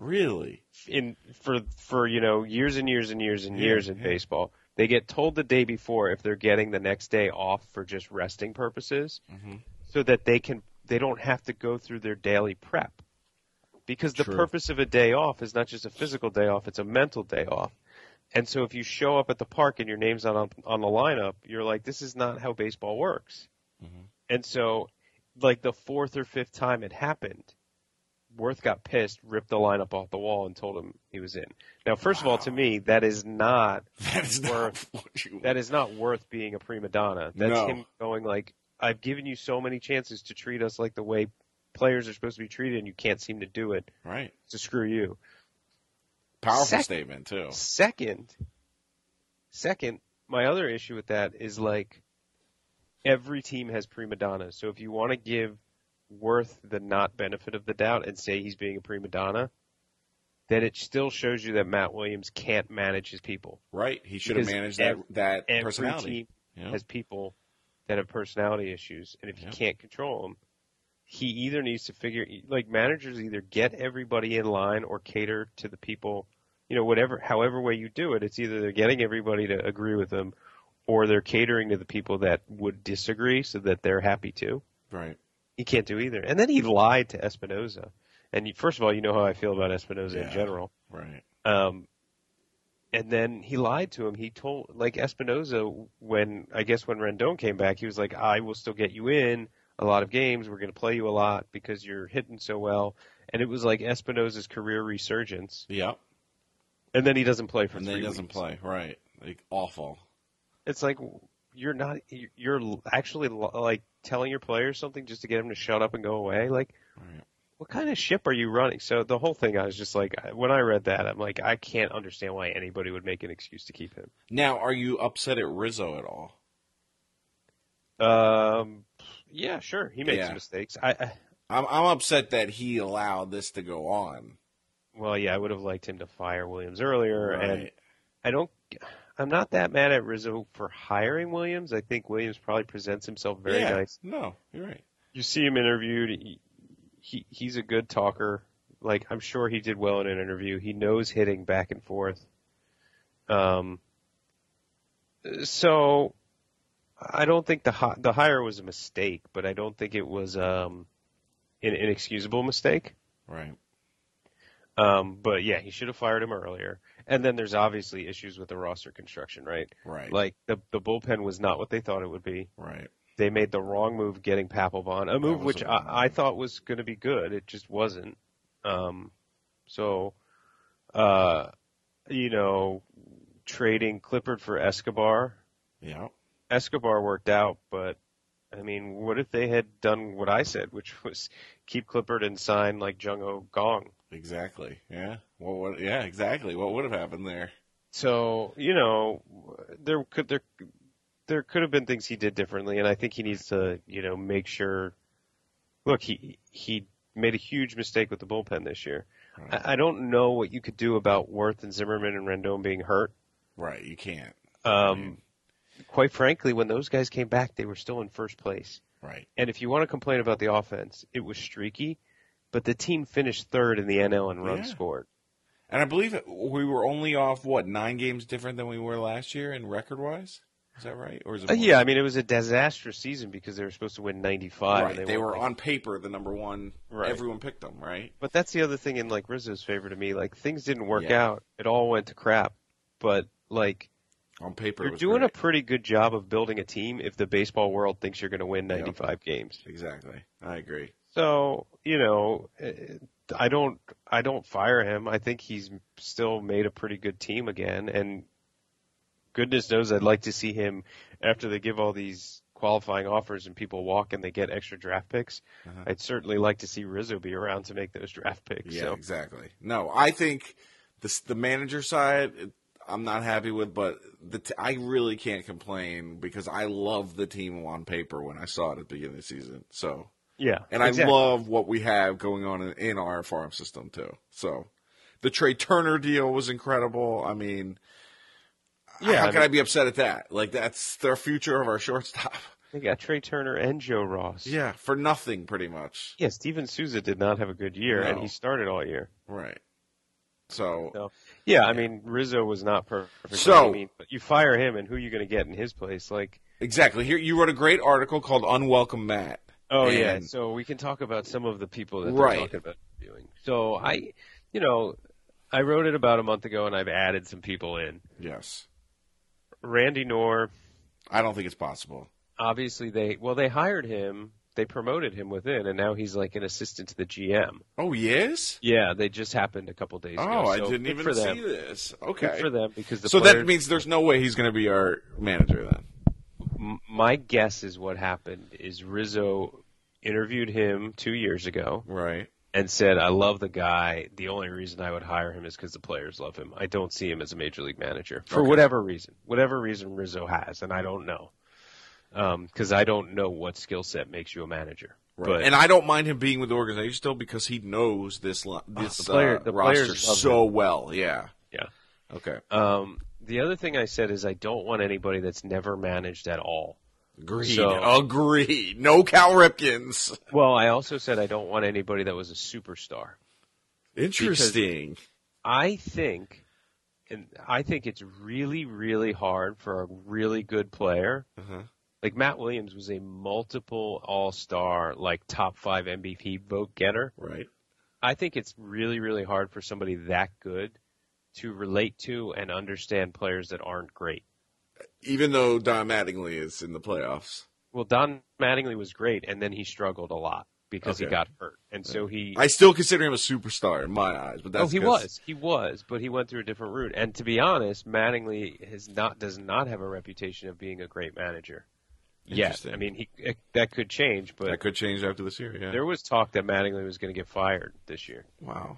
really? in for for you know years and years and years and Yeah, years in yeah. baseball. They get told the day before if they're getting the next day off for just resting purposes, Mhm. so that they can they don't have to go through their daily prep. Because the True. purpose of a day off is not just a physical day off; it's a mental day off. And so, if you show up at the park and your name's not on on the lineup, you're like, this is not how baseball works. Mhm. And so, like the fourth or fifth time it happened, Worth got pissed, ripped the lineup off the wall, and told him he was in. Now, first of all, to Wow. me, that is not That is not Worth- what you that is not worth being a prima donna. That's No. him going like, "I've given you so many chances to treat us like the way players are supposed to be treated, and you can't seem to do it. Right. So screw you." Powerful Sec- statement too. Second, second, my other issue with that is like every team has prima donnas. So if you want to give Worth the not benefit of the doubt and say he's being a prima donna, then it still shows you that Matt Williams can't manage his people. Right. He should have managed Because that ev- that Every personality. team Yeah. has people that have personality issues, and if you Yeah. can't control them, he either needs to figure like managers either get everybody in line or cater to the people, you know, whatever, however way you do it, it's either they're getting everybody to agree with them, or they're catering to the people that would disagree so that they're happy too. Right. He can't do either, and then he lied to Espinoza. And you, first of all, you know how I feel about Espinoza Yeah. in general. Right. Um, and then he lied to him. He told, like Espinoza, when I guess when Rendon came back, he was like, "I will still get you in a lot of games. We're going to play you a lot because you're hitting so well." And it was like Espinoza's career resurgence. Yep. And then he doesn't play for And three then he doesn't weeks. play. Right. Like awful. It's like you're not you're actually like telling your players something just to get them to shut up and go away. Like Right. what kind of ship are you running? So the whole thing, I was just like, when I read that, I'm like, I can't understand why anybody would make an excuse to keep him. Now, are you upset at Rizzo at all? Um, yeah, sure. He makes Yeah. mistakes. I, I I'm I'm upset that he allowed this to go on. well, yeah, I would have liked him to fire Williams earlier, and Right. I don't. I'm not that mad at Rizzo for hiring Williams. I think Williams probably presents himself very yeah. nice. No, you're right. You see him interviewed. He, he he's a good talker. Like I'm sure he did well in an interview. He knows hitting back and forth. Um. So, I don't think the hi- the hire was a mistake, but I don't think it was um an inexcusable mistake. Right. Um, but yeah, he should have fired him earlier. And then there's obviously issues with the roster construction, right? Right. Like the the bullpen was not what they thought it would be. right. They made the wrong move getting Papelbon, a move was which a wrong I, I thought was going to be good. It just wasn't. Um, so, uh, you know, trading Clippard for Escobar, Yeah. Escobar worked out, but I mean, what if they had done what I said, which was keep Clippard and sign like Jung-ho Gong? Exactly. Yeah. Well, what, yeah, exactly. What would have happened there? So you know, there could there there could have been things he did differently, and I think he needs to you know make sure. Look, he he made a huge mistake with the bullpen this year. Right. I, I don't know what you could do about Worth and Zimmerman and Rendon being hurt. Right, You can't. Um, quite frankly, when those guys came back, they were still in first place. Right. And if you want to complain about the offense, it was streaky, but the team finished third in the NL in runs Yeah. scored. And I believe we were only off what nine games different than we were last year in record wise. Is that right? Or is it? Uh, more? yeah, I mean it was a disastrous season because they were supposed to win 95. Right. and They, won, were like, on paper the number one. Right. Everyone picked them. Right. But that's the other thing in like Rizzo's favor to me. Like things didn't work Yeah. out. It all went to crap. But like On paper, it you're was doing great. a pretty good job of building a team if the baseball world thinks you're going to win Yep. 95 games. Exactly. I agree. So you know, eh, I don't. I don't fire him. I think he's still made a pretty good team again, and goodness knows I'd like to see him after they give all these qualifying offers and people walk and they get extra draft picks. Uh-huh. I'd certainly like to see Rizzo be around to make those draft picks. Yeah, so exactly. No, I think this, the manager side, it- I'm not happy with, but the t- I really can't complain because I love the team on paper when I saw it at the beginning of the season. So, yeah, and exactly. I love what we have going on in, in our farm system too. So, the Trey Turner deal was incredible. I mean, Yeah, how I can mean- I be upset at that? Like that's their future of our shortstop. They got Trey Turner and Joe Ross. Yeah, for nothing, pretty much. Yeah, Steven Souza did not have a good year, and No. he started all year. Right. So, No. Yeah, I mean Rizzo was not perfect. So- I mean, but you fire him, and who are you going to get in his place? Like, exactly. Here, you wrote a great article called "Unwelcome Matt." oh And- yeah. So we can talk about some of the people that Right. they're talking about interviewing. So I, you know, I wrote it about a month ago, and I've added some people in. Yes. Randy Knorr, I don't think it's possible. obviously they well they hired him, they promoted him within, and now he's like an assistant to the GM. Oh, yes? Yeah, they just happened a couple days ago. Oh, I So didn't good even for see them. this. Good Okay. for them because the so players, that means there's no way he's going to be our manager then. m- my guess is what happened is Rizzo interviewed him two years ago Right. and said, "I love the guy. The only reason I would hire him is because the players love him. I don't see him as a major league manager for Okay. whatever reason, whatever reason Rizzo has, and I don't know because I don't know what skill set makes you a manager. Right. But and I don't mind him being with the organization still because he knows this li- this the player- uh, the roster players love so well. Yeah. Yeah. Okay. um, the other thing I said is I don't want anybody that's never managed at all. Agreed. So- Agreed. No Cal Ripkins. Well, I also said I don't want anybody that was a superstar. Interesting. I think, and I think it's really, really hard for a really good player. Uh-huh. Like Matt Williams was a multiple All Star, like top five MVP vote getter. Right. I think it's really, really hard for somebody that good to relate to and understand players that aren't great. Even though Don Mattingly is in the playoffs. Well, Don Mattingly was great, and then he struggled a lot because he Okay. got hurt, and so he I still consider him a superstar in my eyes, but that's oh, he 'cause- was. He was, but he went through a different route. And to be honest, Mattingly has not does not have a reputation of being a great manager. Yes, Interesting. I mean he it, that could change, but That could change after this year. Yeah. there was talk that Mattingly was going to get fired this year. wow.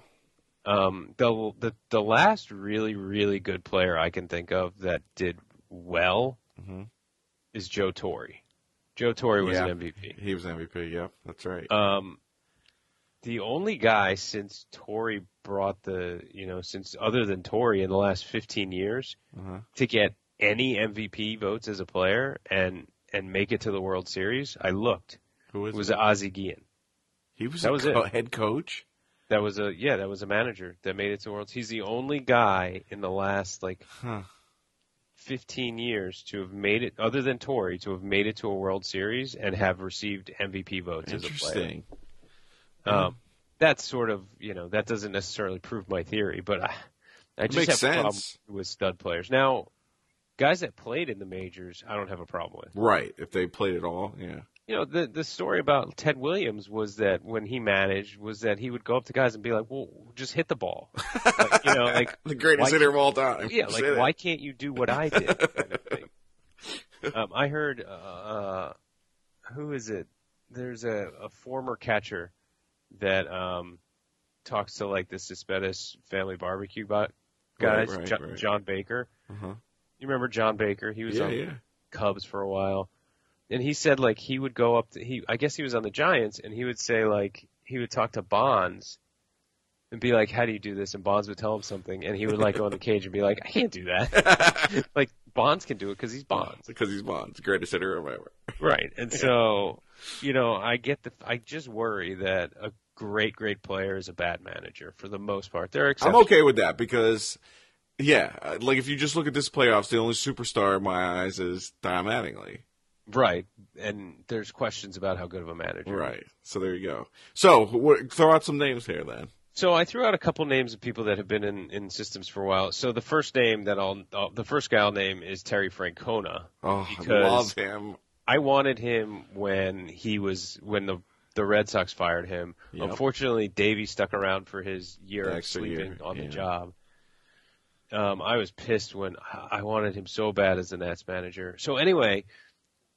Um, the the the last really really good player I can think of that did well Mhm. is Joe Torre. Joe Torre was Yeah. an MVP. He was MVP. Yep. That's right. Um, the only guy since Tory brought the, you know, since other than Tory in the last 15 years Uh-huh. to get any MVP votes as a player and and make it to the World Series, I looked, Who is was it? Ozzie Guillen. He was that a was co- it. head coach. That was a yeah, that was a manager that made it to Worlds. He's the only guy in the last like Huh. 15 years to have made it, other than Tory, to have made it to a World Series and have received MVP votes as a player. Interesting. Um, that's sort of you know that doesn't necessarily prove my theory, but I, I just makes have a problem sense. with stud players. Now, guys that played in the majors, I don't have a problem with. Right. If they played at all, yeah. You know, the the story about Ted Williams was that when he managed, was that he would go up to guys and be like, "Well, just hit the ball," like, you know, like The greatest Why hitter of all time. yeah, Say that. like why can't you do what I did? Kind of thing. Um, I heard, uh, uh, who is it? There's a, a former catcher that um, talks to like the Suspettus family barbecue bo- guys, Right, right, Jo- right. John Baker. Uh-huh. You remember John Baker? He was Yeah, on yeah. Cubs for a while, and he said like he would go up. To, he I guess he was on the Giants, and he would say like he would talk to Bonds. And be like, how do you do this? And Bonds would tell him something, and he would like go in the cage and be like, I can't do that. like Bonds can do it because he's Bonds, Because he's Bonds, greatest hitter of ever. right? And so, you know, I get the. I just worry that a great, great player is a bad manager for the most part. There are I'm exceptions. okay with that because, yeah, uh, like if you just look at this playoffs, the only superstar in my eyes is Don Mattingly. right? And there's questions about how good of a manager. Right. So there you go. So what, throw out some names here then. So I threw out a couple names of people that have been in, in systems for a while. So the first name that I'll, uh, the first guy I'll name is Terry Francona. Oh, I Because- love him. I wanted him when he was when the the Red Sox fired him. Yep. Unfortunately, Davey stuck around for his year of Extra sleeping year, on yeah. the job. Um, I was pissed when I wanted him so bad as the Nats manager. So anyway,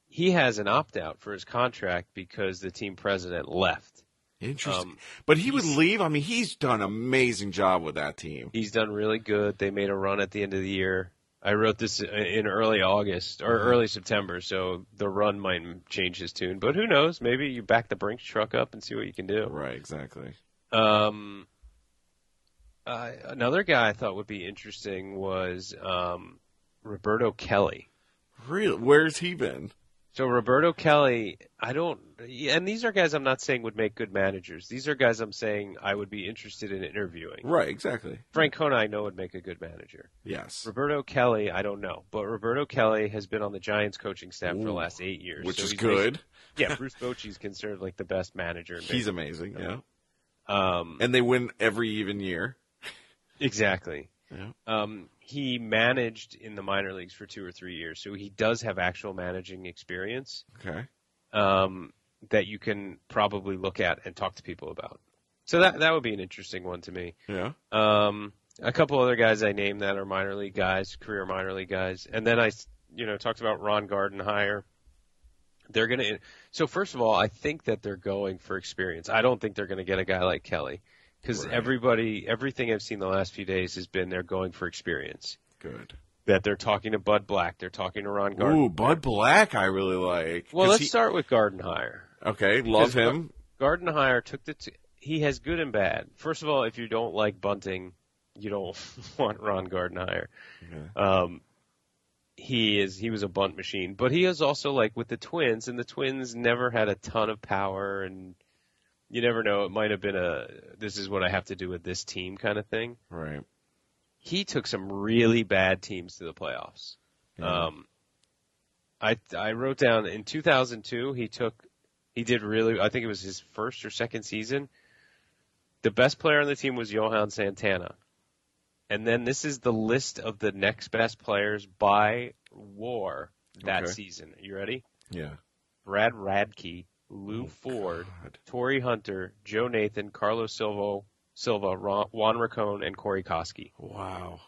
he has an opt out for his contract because the team president left. Interesting. Um, but he would he's- leave. I mean, he's done an amazing job with that team. He's done really good. They made a run at the end of the year. I wrote this in early August or early September, so the run might change his tune. But who knows? Maybe you back the Brinks truck up and see what you can do. Right, exactly. Um, uh, another guy I thought would be interesting was um, Roberto Kelly. Really, where's he been? So Roberto Kelly, I don't, and these are guys I'm not saying would make good managers. These are guys I'm saying I would be interested in interviewing. Right, exactly. Francona, I know would make a good manager. Yes, Roberto Kelly, I don't know, but Roberto Kelly has been on the Giants coaching staff for the Ooh, last eight years, which so is he's good. basi- yeah, Bruce Bochy's considered like the best manager. In He's he's amazing. Yeah, um, and they win every even year. exactly. Yeah. Um, he managed in the minor leagues for two or three years, so he does have actual managing experience Okay. um, that you can probably look at and talk to people about. So that that would be an interesting one to me. Yeah. Um, a couple other guys I named that are minor league guys, career minor league guys, and then I, s- you know, talked about Ron Gardenhire. They're gonna. So first of all, I think that they're going for experience. I don't think they're gonna get a guy like Kelly because Right. everybody, everything I've seen the last few days has been they're going for experience. Good. That they're talking to Bud Black, they're talking to Ron Garden. Ooh, Bud Black, I really like. well, 'Cause let's he- start with Gardenhire. Okay, love because- him. Gardenhire took the. T- he has good and bad. First of all, if you don't like bunting, you don't want Ron Gardenhire. Okay. Um, he is he was a bunt machine, but he is also like with the Twins, and the Twins never had a ton of power, and you never know. It might have been a this is what I have to do with this team kind of thing. Right. He took some really bad teams to the playoffs. Yeah. Um, I I wrote down in 2002 he took he did really I think it was his first or second season. The best player on the team was Johan Santana, and then this is the list of the next best players by WAR that Okay. season. You ready? yeah. Brad Radke, Lou Oh, Ford, God. Torrey Hunter, Joe Nathan, Carlos Silva, Silva, Ron, Juan Racone, and Corey Koski. Wow.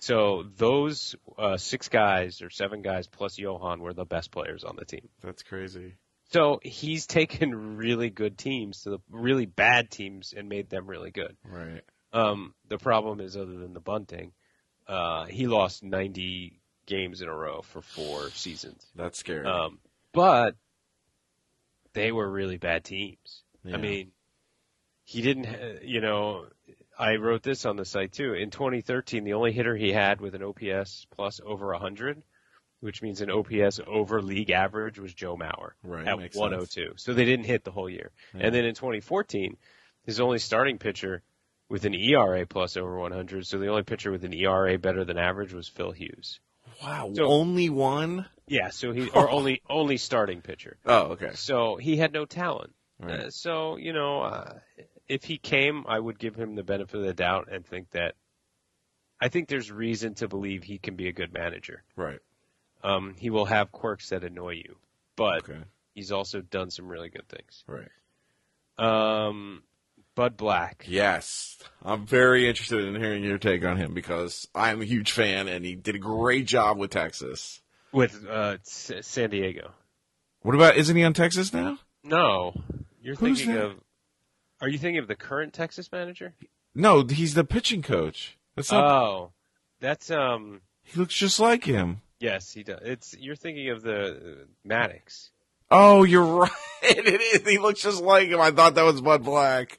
So those uh, six guys or seven guys plus Johan were the best players on the team. That's crazy. So he's taken really good teams to the really bad teams and made them really good. Right. Um, the problem is, other than the bunting, uh, he lost 90 games in a row for four seasons. That's scary. Um, but they were really bad teams. Yeah. I mean, he didn't, ha- you know, I wrote this on the site too. In 2013, the only hitter he had with an OPS plus over 100, which means an OPS over league average, was Joe Mauer right. at makes sense. 102. So they didn't hit the whole year. Yeah. And then in 2014, his only starting pitcher with an ERA plus over 100, so the only pitcher with an ERA better than average was Phil Hughes. Wow. So- only one. Yeah, so he or only only starting pitcher. Oh, okay. So he had no talent. Right. Uh, so you know, uh, if he came, I would give him the benefit of the doubt and think that I think there's reason to believe he can be a good manager. Right. Um, he will have quirks that annoy you, but Okay. he's also done some really good things. Right. Um, Bud Black. Yes. I'm very interested in hearing your take on him because I'm a huge fan and he did a great job with Texas. with uh, S- San Diego. What about isn't he on Texas now? No, you're Who's thinking that? of. Are you thinking of the current Texas manager? No, he's the pitching coach. That's not, Oh, that's um. he looks just like him. Yes, he does. It's you're thinking of the uh, Maddox. Oh, you're right. It is. He looks just like him. I thought that was Bud Black.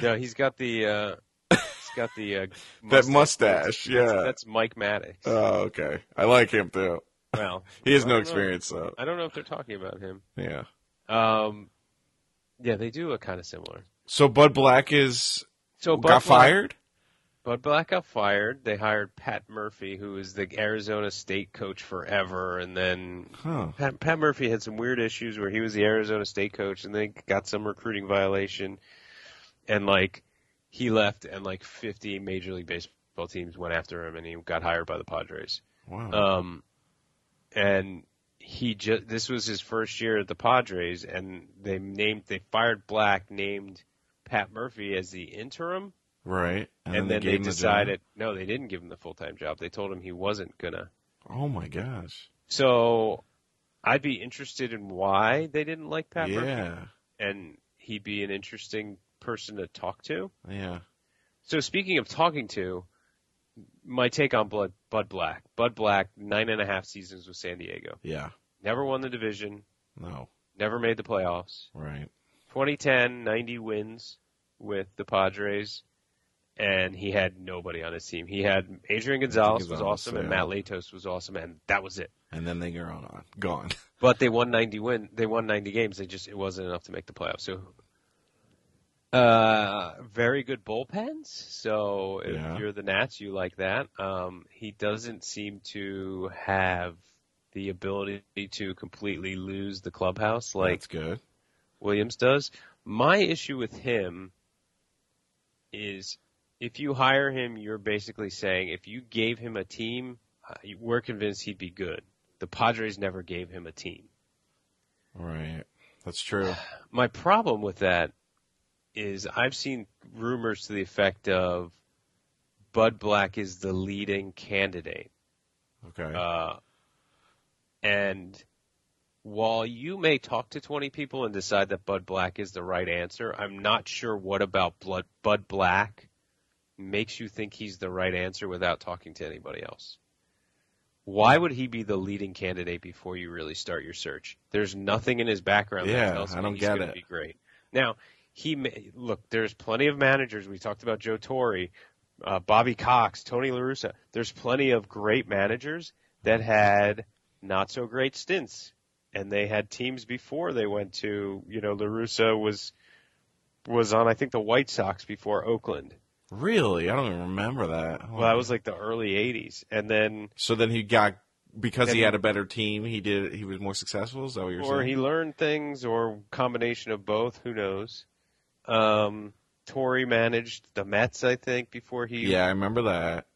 No, he's got the. Uh, he's got the. Uh, That mustache, That's- yeah. that's Mike Maddox. Oh, okay. I like him too. well, He has I no don't know. experience though. I don't know if they're talking about him. Yeah. Um, yeah, they do look kind of similar. So Bud Black is So got Bud Black- fired? Bud Black got fired. They hired Pat Murphy, who was the Arizona State coach forever, and then Huh. Pat, Pat Murphy had some weird issues where he was the Arizona State coach and then got some recruiting violation, and like he left and like 50 Major League Baseball Mm-hmm. Uh, teams went after him and he got hired by the Padres. Wow. Um, and he just this was his first year at the Padres, and they named they fired Black, named Pat Murphy as the interim, Right. and, gave then, they him the job. decided no, they didn't give him the full time job. They told him he wasn't gonna. Oh my gosh. So I'd be interested in why they didn't like Pat Murphy, yeah. and he'd be an interesting person to talk to. Yeah. So speaking of talking to, my take on Bud, Bud Black. Bud Black, nine and a half seasons with San Diego. Yeah. Never won the division. No. Never made the playoffs. Right. 2010, 90 wins with the Padres. And he had nobody on his team. He had Adrian Gonzalez was Gonzalez, awesome, and yeah. Matt Latos was awesome, and that was it. And then they go on. Gone. But they won 90 win. They won 90 games. They just it wasn't enough to make the playoffs. So, uh, very good bullpens. So if Yeah. you're the Nats, you like that. Um, he doesn't seem to have the ability to completely lose the clubhouse like That's good. Williams does. My issue with him is if you hire him, you're basically saying if you gave him a team, uh, we're convinced he'd be good. The Padres never gave him a team. Right. That's true. My problem with that is I've seen rumors to the effect of Bud Black is the leading candidate. Okay. Uh, and while you may talk to 20 people and decide that Bud Black is the right answer, I'm not sure what about Blood, Bud Black makes you think he's the right answer without talking to anybody else. Why would he be the leading candidate before you really start your search? There's nothing in his background Yeah, that tells I me don't he's get gonna it. Be great. Now he may, look. There's plenty of managers. We talked about Joe Torre, uh, Bobby Cox, Tony La Russa. There's plenty of great managers that had not so great stints, and they had teams before they went to. You know, La Russa was was on I think the White Sox before Oakland. really? I don't even remember that. Oh, Well, that was like the early '80s, and then So then he got because Then he he- had a better team. He did. He was more successful. Is that what you're or saying? he learned things, or combination of both. Who knows? Um, Torrey managed the Mets, I think, before he yeah, I remember that.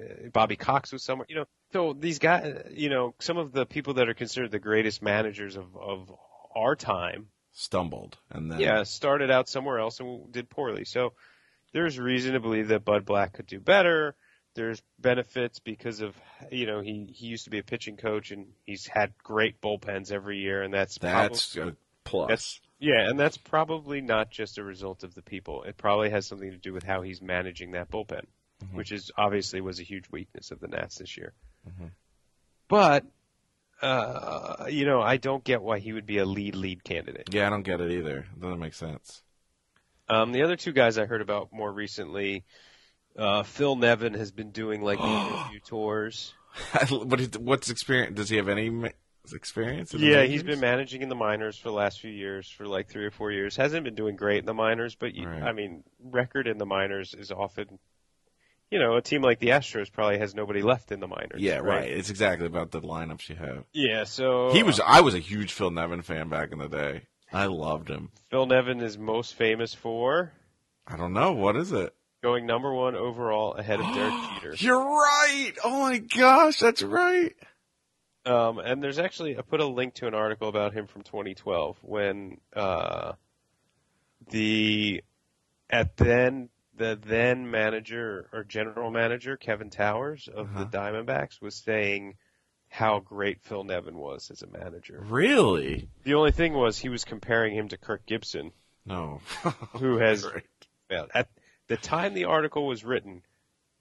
uh, Bobby Cox was somewhere, you know. So these guys, you know, some of the people that are considered the greatest managers of of our time, Stumbled and then yeah, started out somewhere else and did poorly. So there's reason to believe that Bud Black could do better. There's benefits because of you know he he used to be a pitching coach and he's had great bullpens every year and that's that's a plus. That's- yeah, and that's probably not just a result of the people. It probably has something to do with how he's managing that bullpen, Mhm. which is obviously was a huge weakness of the Nats this year. Mhm. But uh, you know, I don't get why he would be a lead lead candidate. yeah, I don't get it either. It doesn't make sense. Um, the other two guys I heard about more recently, uh, Phil Nevin has been doing like interview tours. but it- what's experience? Does he have any ma- experience? in the Yeah, majors? he's been managing in the minors for the last few years, for like three or four years. Hasn't been doing great in the minors, but you, Right. I mean, record in the minors is often, you know, a team like the Astros probably has nobody left in the minors. Yeah, right. It's exactly about the lineups you have. Yeah, so uh, He was. I was a huge Phil Nevin fan back in the day. I loved him. Phil Nevin is most famous for I don't know what is it. going number one overall ahead of Derek Jeter. You're right. Oh my gosh, that's right. Um, and there's actually I put a link to an article about him from 2012 when uh, the at then the then manager or general manager Kevin Towers of Uh-huh. the Diamondbacks was saying how great Phil Nevin was as a manager. Really? The only thing was he was comparing him to Kirk Gibson, No. who has Right. failed. At the time the article was written,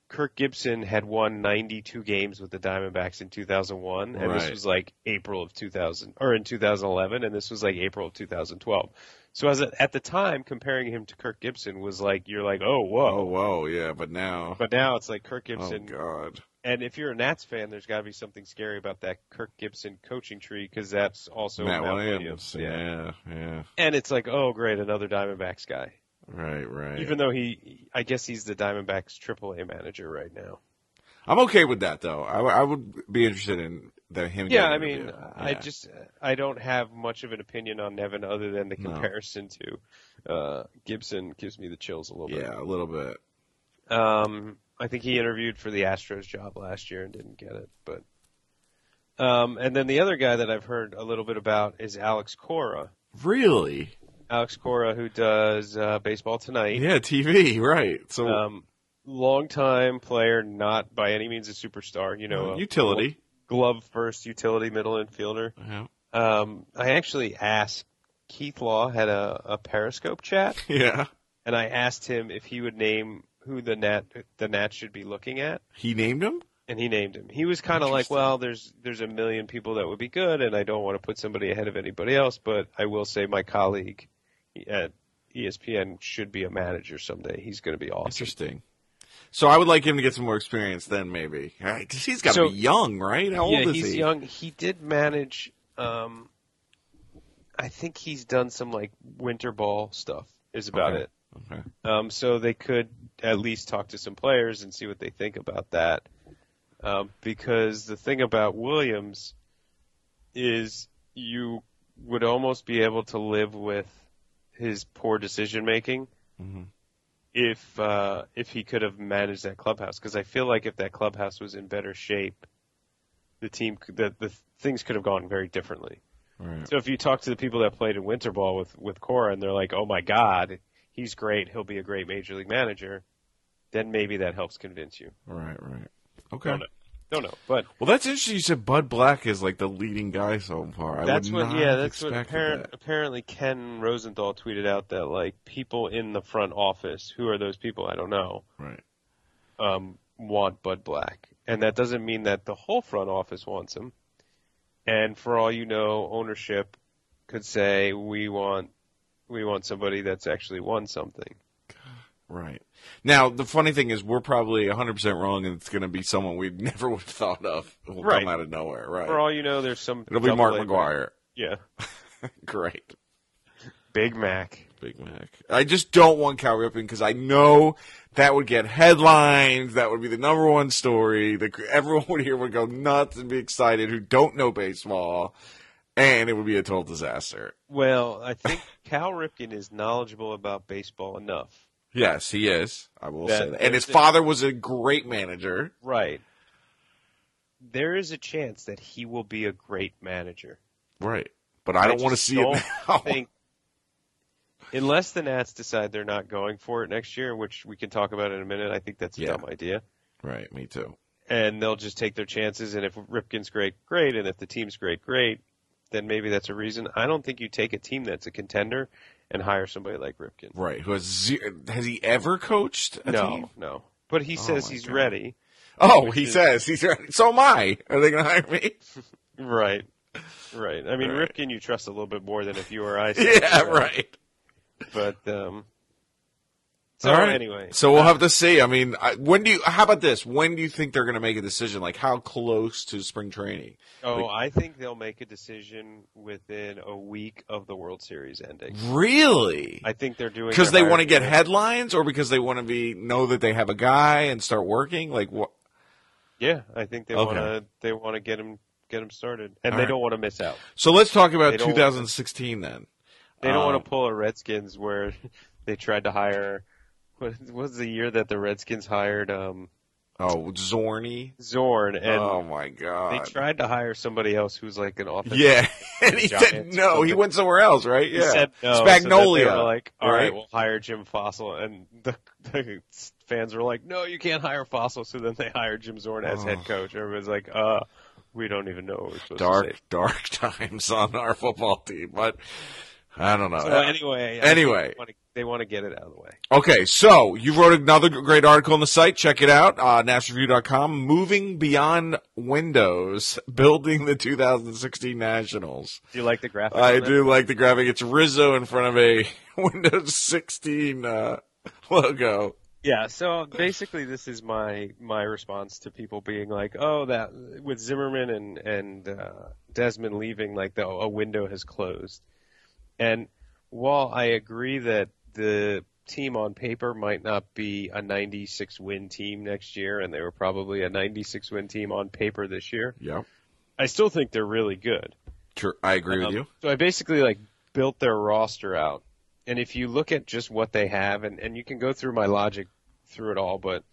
Kirk Gibson had won 92 games with the Diamondbacks in 2001, and this Right. was like April of 2000 or in 2011, and this was like April of 2012. So as a, at the time, comparing him to Kirk Gibson was like you're like, oh whoa. Oh whoa, yeah, but now. But now it's like Kirk Oh Gibson, god. and if you're a Nats fan, there's got to be something scary about that Kirk Gibson coaching tree because that's also Matt, Matt Williams. Yeah. Yeah, yeah. and it's like, oh great, another Diamondbacks guy. Right, right. Even though he, I guess he's the Diamondbacks AAA manager right now. I'm okay with that though. I, w- I would be interested in the him. Yeah, getting I an mean, interview. I Yeah. just I don't have much of an opinion on Nevin other than the No. comparison to uh, Gibson gives me the chills a little yeah, a little bit. bit. Um, I think he interviewed for the Astros job last year and didn't get it, but Um, and then the other guy that I've heard a little bit about is Alex Cora. Really? Alex Cora, who does uh, Baseball Tonight, Yeah, TV, right. So um, longtime player, not by any means a superstar. You know, uh, a uh, utility. glove first, utility middle infielder. Yeah. Um, I actually asked Keith Law had a, a Periscope chat, yeah. and I asked him if he would name who the Nat the Nats should be looking at, He named him? and he named him. He was kind of like, Interesting. "Well, there's there's a million people that would be good, and I don't want to put somebody ahead of anybody else, but I will say my colleague at E ESPN should be a manager someday. He's going to be awesome." Interesting. So I would like him to get some more experience then maybe. All right, 'cause he's got to So- be young, right? How old yeah, is he's he? young. He did manage. Um, I think he's done some like winter ball stuff. Is about Okay. it. Okay. Um, so they could at least talk to some players and see what they think about that. Um, because the thing about Williams is you would almost be able to live with his poor decision making Mhm. if uh, if he could have managed that clubhouse. Because I feel like if that clubhouse was in better shape, the team could- the, the things could have gone very differently. All right. So if you talk to the people that played in winter ball with with Cora and they're like, "Oh my God, he's great. He'll be a great major league manager," then maybe that helps convince you. All right, right. Okay. Don't know. Don't know, but Well, that's interesting. You said Bud Black is like the leading guy so far. I that's would what not yeah, have that's what expected apparent, that. apparently Ken Rosenthal tweeted out that like people in the front office, who are those people? I don't know. Right. um, want Bud Black, and that doesn't mean that the whole front office wants him. And for all you know, ownership could say we want we want somebody that's actually won something. Right. Now, the funny thing is, we're probably 100% wrong, and it's going to be someone we never would have thought of who will Right. come out of nowhere. Right. For all you know, there's some. It'll be double Mark A- McGuire. Yeah, Great. Big Mac. Big Mac. I just don't want Cal Ripken because I know that would get headlines. That would be the number one story. The, everyone here would go nuts and be excited who don't know baseball, and it would be a total disaster. Well, I think Cal Ripken is knowledgeable about baseball enough. Yes, he is. I will That- say that. And his that- father was a great manager. Right. There is a chance that he will be a great manager. Right. But I, don't want to just see don't it now. think unless the Nats decide they're not going for it next year, which we can talk about in a minute, I think that's a Yeah. dumb idea. Right, me too. And they'll just take their chances and if Ripken's great, great, and if the team's great, great, then maybe that's a reason. I don't think you take a team that's a contender and hire somebody like Ripken. Right. Who has zero, has he ever coached a no, team? no. But he Oh says my he's God. ready. Oh, he Which is- says he's ready. So am I. Are they going to hire me? Right. Right. I mean Right. Ripken you trust a little bit more than if you or I said yeah, he's ready. right. But um so All right. anyway. So we'll have to see. I mean, I, when do you? How about this? When do you think they're going to make a decision? Like how close to spring training? Oh, I think they'll make a decision within a week of the World Series ending. Really? I think they're doing Because their they want to hiring- get headlines, or because they want to be know that they have a guy and start working? Like what? Yeah, I think they Okay. want to. They want to get them get them started, and All they right. don't want to miss out. So let's talk They about don't- 2016 then. They don't Um, want to pull a Redskins where they tried to hire. What was the year that the Redskins hired um, Oh, Zorny. Zorn, and oh my they god. tried to hire somebody else who's like an offensive. Yeah, and he said Giants or no. He something. went somewhere else, right? He Yeah. said no, so that they Spagnolia, were like, all right? right, we'll hire Jim Fossil, and the, the fans were like, no, you can't hire Fossil. So then they hired Jim Zorn as Oh. head coach. Everybody's like, uh, we don't even know what we're supposed to dark, say. dark times on our football team, but I don't know. So anyway, I Anyway. think they wanna- they want to get it out of the way. Okay, so you wrote another great article on the site. Check it out, uh, NashReview.com. Moving beyond Windows, building the 2016 Nationals. Do you like the graphic? I on that? do like the graphic. It's Rizzo in front of a Windows 16 uh, logo. Yeah. So basically, this is my my response to people being like, oh, that with Zimmerman and and uh, Desmond leaving, like the, a window has closed. And while I agree that the team on paper might not be a 96 win team next year, and they were probably a 96 win team on paper this year, Yep, I still think they're really good. true. I agree with Um, you. So I basically like built their roster out. And if you look at just what they have, and, and you can go through my logic through it all, but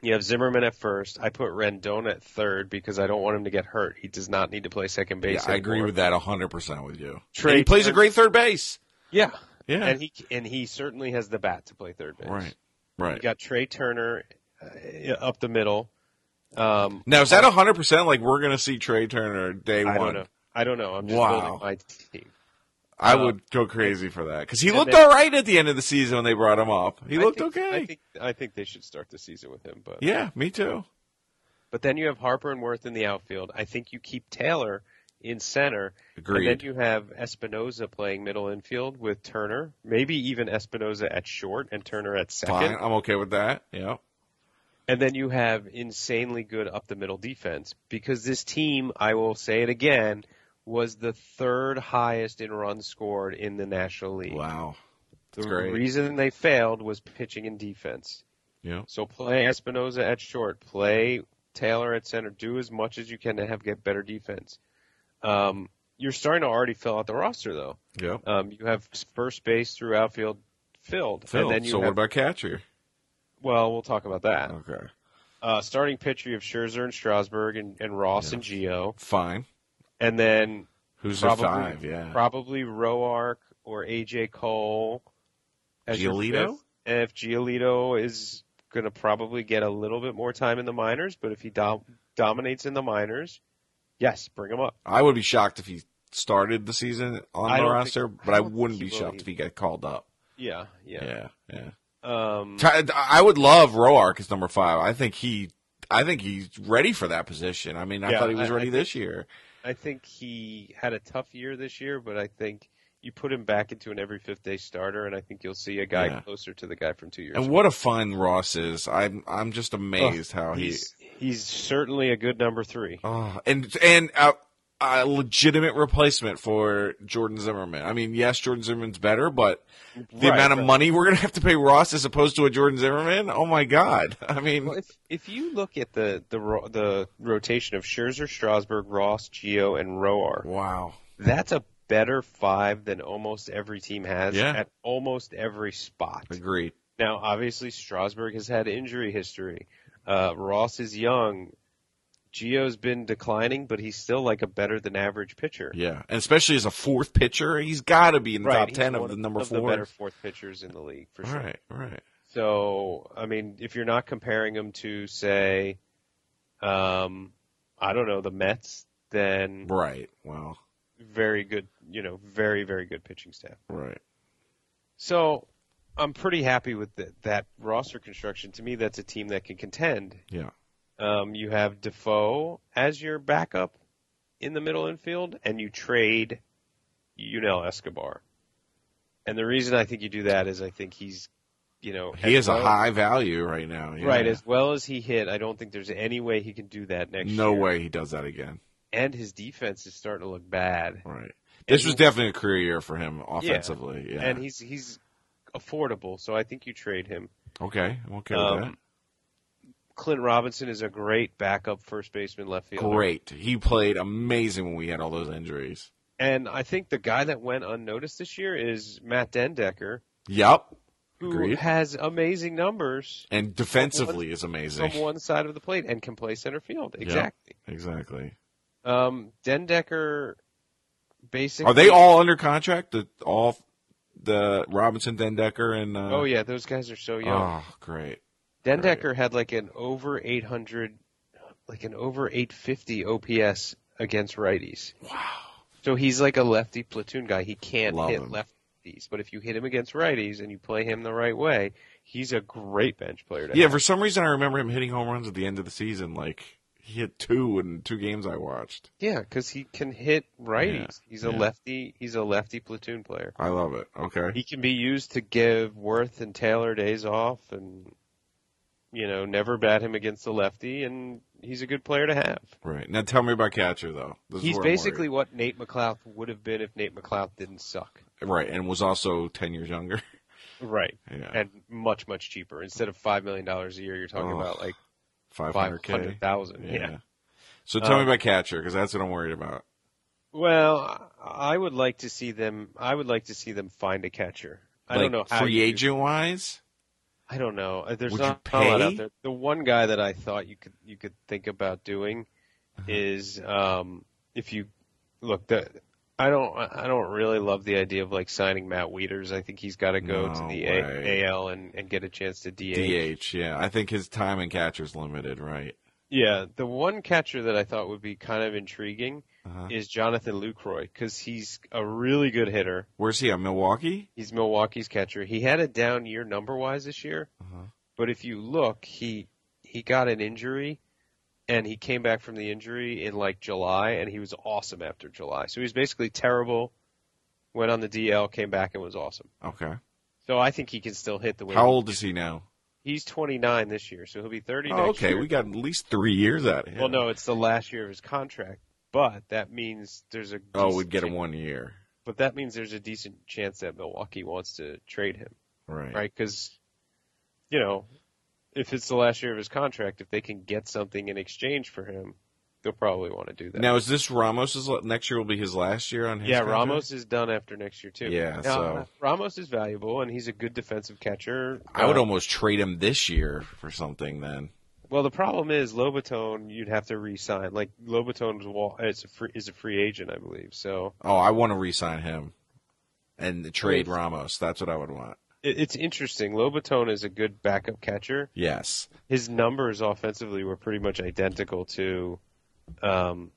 You have Zimmerman at first. I put Rendon at third because I don't want him to get hurt. He does not need to play second base. Yeah, I agree anymore. with that 100% with you. Trey And he plays a Turner- great third base. Yeah, Yeah. and he and he certainly has the bat to play third base. right. You Right. got Trey Turner uh, up the middle. Um, Now, is that 100% like we're going to see Trey Turner day one? I don't know. I don't know. I'm just Wow. building my team. I Uh, would go crazy for that because he and looked then- all right at the end of the season when they brought him up. He I looked think- okay. I think I think they should start the season with him, but yeah, me too. But then you have Harper and Worth in the outfield. I think you keep Taylor in center, and Agreed. then you have Espinoza playing middle infield with Turner, maybe even Espinoza at short and Turner at second. Fine, I'm okay with that. Yeah, And then you have insanely good up the middle defense because this team, I will say it again, was the third highest in runs scored in the National League. Wow. the great. reason they failed was pitching and defense. Yeah. So play Espinoza at short, play Taylor at center, do as much as you can to have get better defense. Um, you're starting to already fill out the roster though. Yep. Um, you have first base through outfield filled, Phil, and then you so have what about Oh. catcher? well, we'll talk about that. Okay. Uh, starting pitcher you have Scherzer and Strasburg and, and Ross Yeah. and Geo, Fine. and then Who's Probably- the five? Yeah. probably Roark or AJ Cole. as your Giolito? fifth. And if Giolito is going to probably get a little bit more time in the minors, but if he dom- dominates in the minors, yes, bring him up. I would be shocked if he started the season on I the don't roster, think- I but I don't think wouldn't he be will shocked either. if he got called up. Yeah, yeah. Yeah. Yeah. Um, Ty I would love Roark as number five. I think he. I think he's ready for that position. I mean, I Yeah, thought he was I- ready I this year. I think he had a tough year this year, but I think you put him back into an every fifth day starter, and I think you'll see a guy Yeah. closer to the guy from two years And ago. what a fun Ross is. I'm I'm just amazed how he. he's, he's certainly a good number three. Oh, and and a, a legitimate replacement for Jordan Zimmerman. I mean, yes, Jordan Zimmerman's better, but the Right, amount of right. money we're gonna have to pay Ross as opposed to a Jordan Zimmerman. Oh my God! I mean, Well, if if you look at the the ro- the rotation of Scherzer, Strasburg, Ross, Geo, and Roar, wow. that's a better five than almost every team has Yeah. at almost every spot. Agreed. Now, obviously, Strasburg has had injury history. Uh, Ross is young. Geo's been declining, but he's still like a better than average pitcher. Yeah, and especially as a fourth pitcher, he's got to be in the top he's ten one of the number of four. the better fourth pitchers in the league for all sure. right, all right. So, I mean, if you're not comparing him to, say, um, I don't know, the Mets, then Right. Well, very good, you know, very, very good pitching staff. right. So I'm pretty happy with the, that roster construction. To me, that's a team that can contend. Yeah. Um, you have Defoe as your backup in the middle infield, and you trade Yunel Escobar. And the reason I think you do that is I think he's, you know, He as is a well- high value right now. yeah. Right, as well as he hit, I don't think there's any way he can do that next No year. way he does that again. And his defense is starting to look bad. Right. This was he- definitely a career year for him offensively. Yeah. And he's he's affordable, so I think you trade him. okay. I'm okay with that. Um, Clint Robinson is a great backup first baseman left fielder. Great. He played amazing when we had all those injuries. And I think the guy that went unnoticed this year is Matt Dendecker, Yep. who Agreed. has amazing numbers And defensively is amazing. from one side of the plate and can play center field. Exactly. Exactly. Um, Dendecker basically Are they all under contract? The all the Robinson, Dendecker, and uh, Oh yeah, those guys are so young. Oh, great. Dendecker had like an over 800, like an over 850 OPS against righties. Wow. So he's like a lefty platoon guy. He can't Love hit him. lefties, but if you hit him against righties and you play him the right way, he's a great bench player. To Yeah. have. For some reason, I remember him hitting home runs at the end of the season. Like he hit two in two games I watched. yeah, because he can hit righties. he's a yeah. lefty. He's a lefty platoon player. I love it. Okay. He can be used to give Worth and Taylor days off, and you know never bat him against the lefty, and he's a good player to have. Right. Now tell me about catcher though. This is He's where I'm worried. basically what Nate McLouth would have been if Nate McLouth didn't suck. right, and was also ten years younger. Right. yeah. And much, much cheaper. Instead of five million dollars a year, you're talking Oh, about like Five five hundred k. hundred thousand. Yeah. Yeah. So tell me Um, about catcher because that's what I'm worried about. Well, I would like to see them I would like to see them find a catcher. I like, don't know how free you- agent wise. I don't know. Uh, There's Would not you a lot pay? out there. The one guy that I thought you could you could think about doing Uh-huh. is um, if you look the. I don't. I don't really love the idea of like signing Matt Wieters. I think he's got to go to No the way. a- AL and, and get a chance to DH. DH, yeah. I think his time in catcher's limited, right? Yeah, the one catcher that I thought would be kind of intriguing Uh-huh. is Jonathan Lucroy because he's a really good hitter. Where's he at? Milwaukee? He's Milwaukee's catcher. He had a down year number wise this year, Uh-huh. but if you look, he he got an injury, and he came back from the injury in like July, and he was awesome after July. So he was basically terrible, went on the DL, came back, and was awesome. Okay. So I think he can still hit the way. How old is he now? He's 29 this year, so he'll be 30 Oh, next okay, year. we got at least three years out of him. Well, no, it's the last year of his contract, but that means there's a Oh, decent we'd get him chan- one year. But that means there's a decent chance that Milwaukee wants to trade him, Right. right? Because you know, if it's the last year of his contract, if they can get something in exchange for him, they'll probably want to do that. Now, is this Ramos's la- next year will be his last year on his yeah, contract? Ramos is done after next year too. Yeah, Now, so- Ramos is valuable and he's a good defensive catcher. I would Uh, almost trade him this year for something then. Well, the problem is Lobatone. You'd have to re-sign. Like Lobatone is a wa- is a free, is a free agent, I believe. So Oh, I want to re-sign him and trade Ramos. That's what I would want. It- It's interesting. Lobatone is a good backup catcher. Yes. His numbers offensively were pretty much identical to. Um,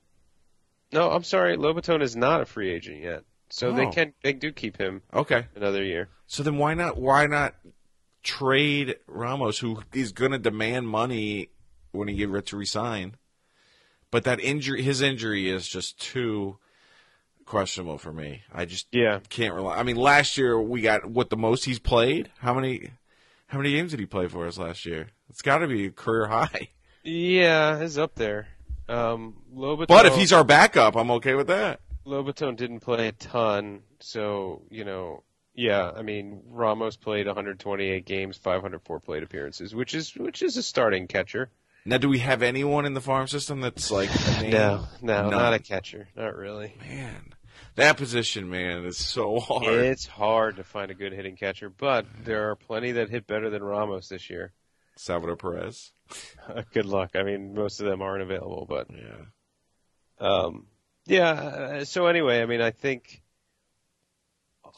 no, I'm sorry. Lobatone is not a free agent yet, so they Oh. can they do keep him Okay. another year. So then why not why not trade Ramos who is going to demand money when he gets to resign? But that injury his injury is just too questionable for me. I just Yeah, can't rely. I mean, last year we got what the most he's played. How many? How many games did he play for us last year? It's got to be a career high. yeah, he's up there. Um, Lobatone, But if he's our backup, I'm okay with that. Lobatone didn't play a ton, so you know. Yeah, I mean Ramos played 128 games, 504 plate appearances, which is which is a starting catcher. Now, do we have anyone in the farm system that's like a name? no, None. not a catcher, not really. Man, that position, man, is so hard. It's hard to find a good hitting catcher, but there are plenty that hit better than Ramos this year. Salvador Perez. good luck. I mean, most of them aren't available, but Yeah. um, yeah. uh, So anyway, I mean, I think.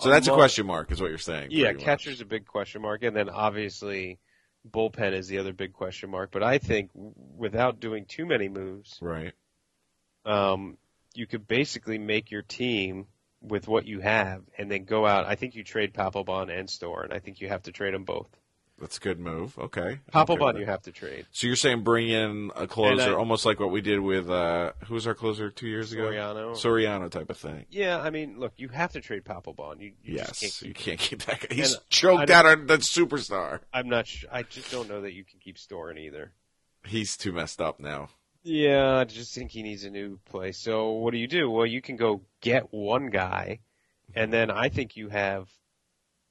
So that's a among- question mark, is what you're saying. Yeah, pretty much. catcher's a big question mark, and then obviously, bullpen is the other big question mark. But I think w- without doing too many moves, Right. um, you could basically make your team with what you have, and then go out. I think you trade Papelbon and Store, and I think you have to trade them both. That's a good move. Okay. I'm okay with Papelbon, that. you have to trade. So you're saying bring in a closer, And I- almost like what we did with uh, who was our closer two years ago? Soriano. Soriano type of thing. yeah, I mean, look, you have to trade Papelbon. You, you just can't Yes, keep- you can't keep that. Guy. He's And choked I out on that superstar. I'm not. Sh- I just don't know that you can keep Storin either. He's too messed up now. Yeah, I just think he needs a new place. So what do you do? Well, you can go get one guy, and then I think you have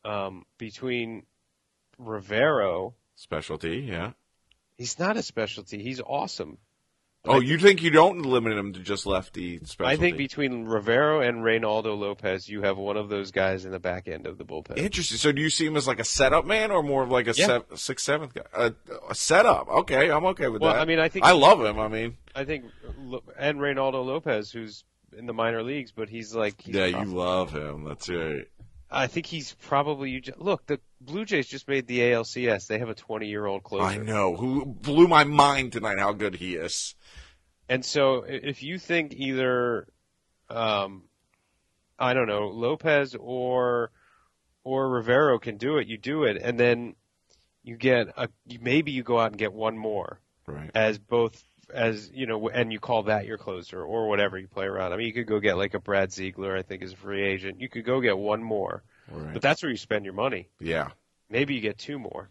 um, between Rivero. Specialty, yeah. He's not a specialty. He's awesome. Oh, you think you don't limit him to just lefty specialty? I think between Rivero and Reynaldo Lopez, you have one of those guys in the back end of the bullpen. interesting. So, do you see him as like a setup man or more of like a Yeah. sev- sixth, seventh guy? A, a setup. Okay, I'm okay with well, that. I mean, I think I love him. I mean, I think Lo- and Reynaldo Lopez, who's in the minor leagues, but he's like he's yeah, prob- you love him. That's right. I think he's probably you. Just, look, the Blue Jays just made the ALCS. They have a 20 year old closer, I know. Who blew my mind tonight? How good he is. and so i- if you think either, um, I don't know, Lopez or or Rivero can do it, you do it, and then you get a you- maybe you go out and get one more Right. as both. As you know, and you call that your closer or whatever you play around. I mean, you could go get like a Brad Ziegler, I think, is a free agent. You could go get one more, Right. but that's where you spend your money. Yeah. Maybe you get two more.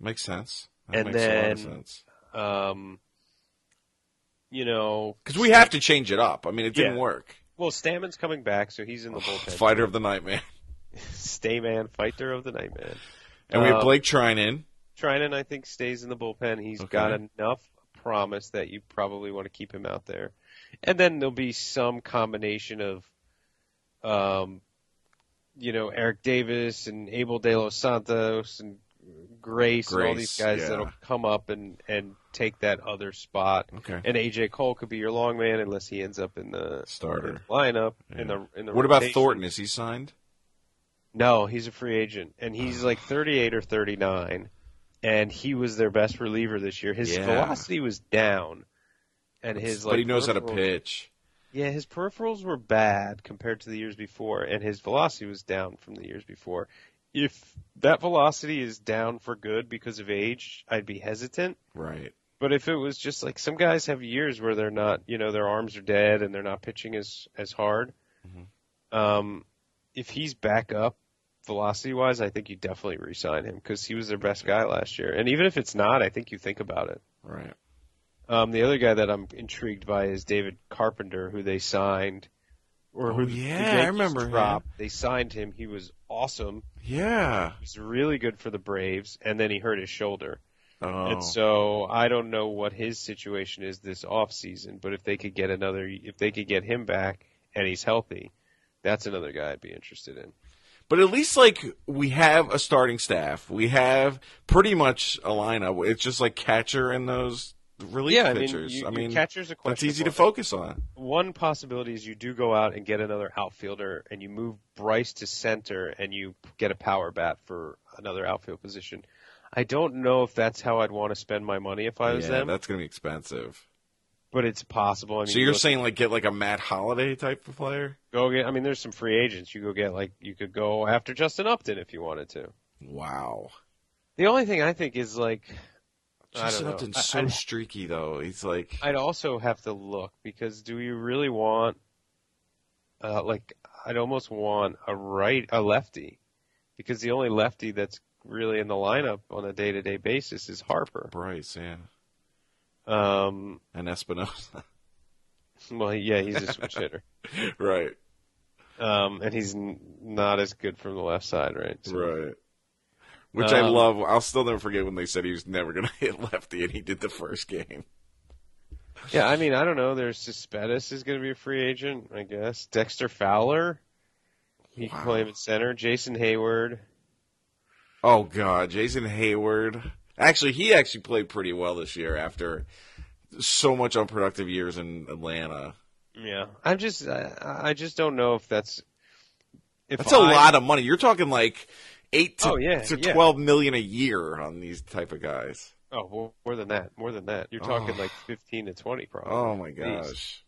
Makes sense. That And makes a lot of then- sense. um, you know, Because we have to change it up. I mean, it didn't Yeah. work. well, Stammen's coming back, so he's in Oh, the bullpen. Fighter of the night, man. Stayman, fighter of the night, man. And we have Um, Blake Trinan. Trinan, I think, stays in the bullpen. He's Okay. got enough promise that you probably want to keep him out there. And then there'll be some combination of, um, you know, Eric Davis and Abel De Los Santos and Grace, and all these Grace, guys yeah. that'll come up and and take that other spot. Okay. And AJ Cole could be your long man unless he ends up in the in the Starter. lineup Yeah. in the in the. What about rotation. Thornton? Is he signed? No, he's a free agent, and he's like 38 or 39, and he was their best reliever this year. His Yeah. velocity was down, and his like but he knows how to peripherals- pitch. Yeah, his peripherals were bad compared to the years before, and his velocity was down from the years before. If that velocity is down for good because of age, I'd be hesitant. Right. But if it was just like some guys have years where they're not, you know, their arms are dead and they're not pitching as as hard. Mhm. Um, if he's back up velocity wise, I think you definitely resign him because he was their best guy last year. And even if it's not, I think you think about it. Right. Um, the other guy that I'm intrigued by is David Carpenter, who they signed, or Oh, who the- the yeah, I Yankees remember him. dropped. They signed him. He was awesome. Yeah. He was really good for the Braves, and then he hurt his shoulder. Oh. And so I don't know what his situation is this off season, but if they could get another, if they could get him back and he's healthy, that's another guy I'd be interested in. But at least like we have a starting staff. We have pretty much a lineup. It's just like catcher and those relief yeah, pitchers. I mean, you, I your mean, catcher's a question. that's easy to focus on. One possibility is you do go out and get another outfielder, and you move Bryce to center, and you get a power bat for another outfield position. I don't know if that's how I'd want to spend my money if I was yeah, them, that's gonna be expensive. but it's possible. I mean, so you're look- saying like get like a Matt Holiday type of player? go get. I mean, there's some free agents. You go get like you could go after Justin Upton if you wanted to. Wow. The only thing I think is like I don't Justin know. Upton's I- so I'd- streaky though. He's like I'd also have to look because do you really want uh, like I'd almost want a right a lefty because the only lefty that's really in the lineup on a day to day basis is Harper. Bryce, yeah, Um, and Espinosa. well, yeah, he's a switch hitter, right. um, and he's n- not as good from the left side, right? So- Right. Which I Um, love. I'll still never forget when they said he was never going to hit lefty, and he did the first game. Yeah, I mean, I don't know. There's Cespedes is going to be a free agent, I guess. Dexter Fowler, he can Wow. play him at center. Jason Hayward. Oh God, Jason Hayward. Actually, he actually played pretty well this year after so much unproductive years in Atlanta. Yeah, I'm just, I, I just don't know if that's. If That's a I- lot of money. You're talking like eight to, Oh, yeah, to yeah. twelve million a year on these type of guys. Oh, more, more than that. More than that. You're Oh. talking like 15 to 20, probably. Oh my Jeez. gosh,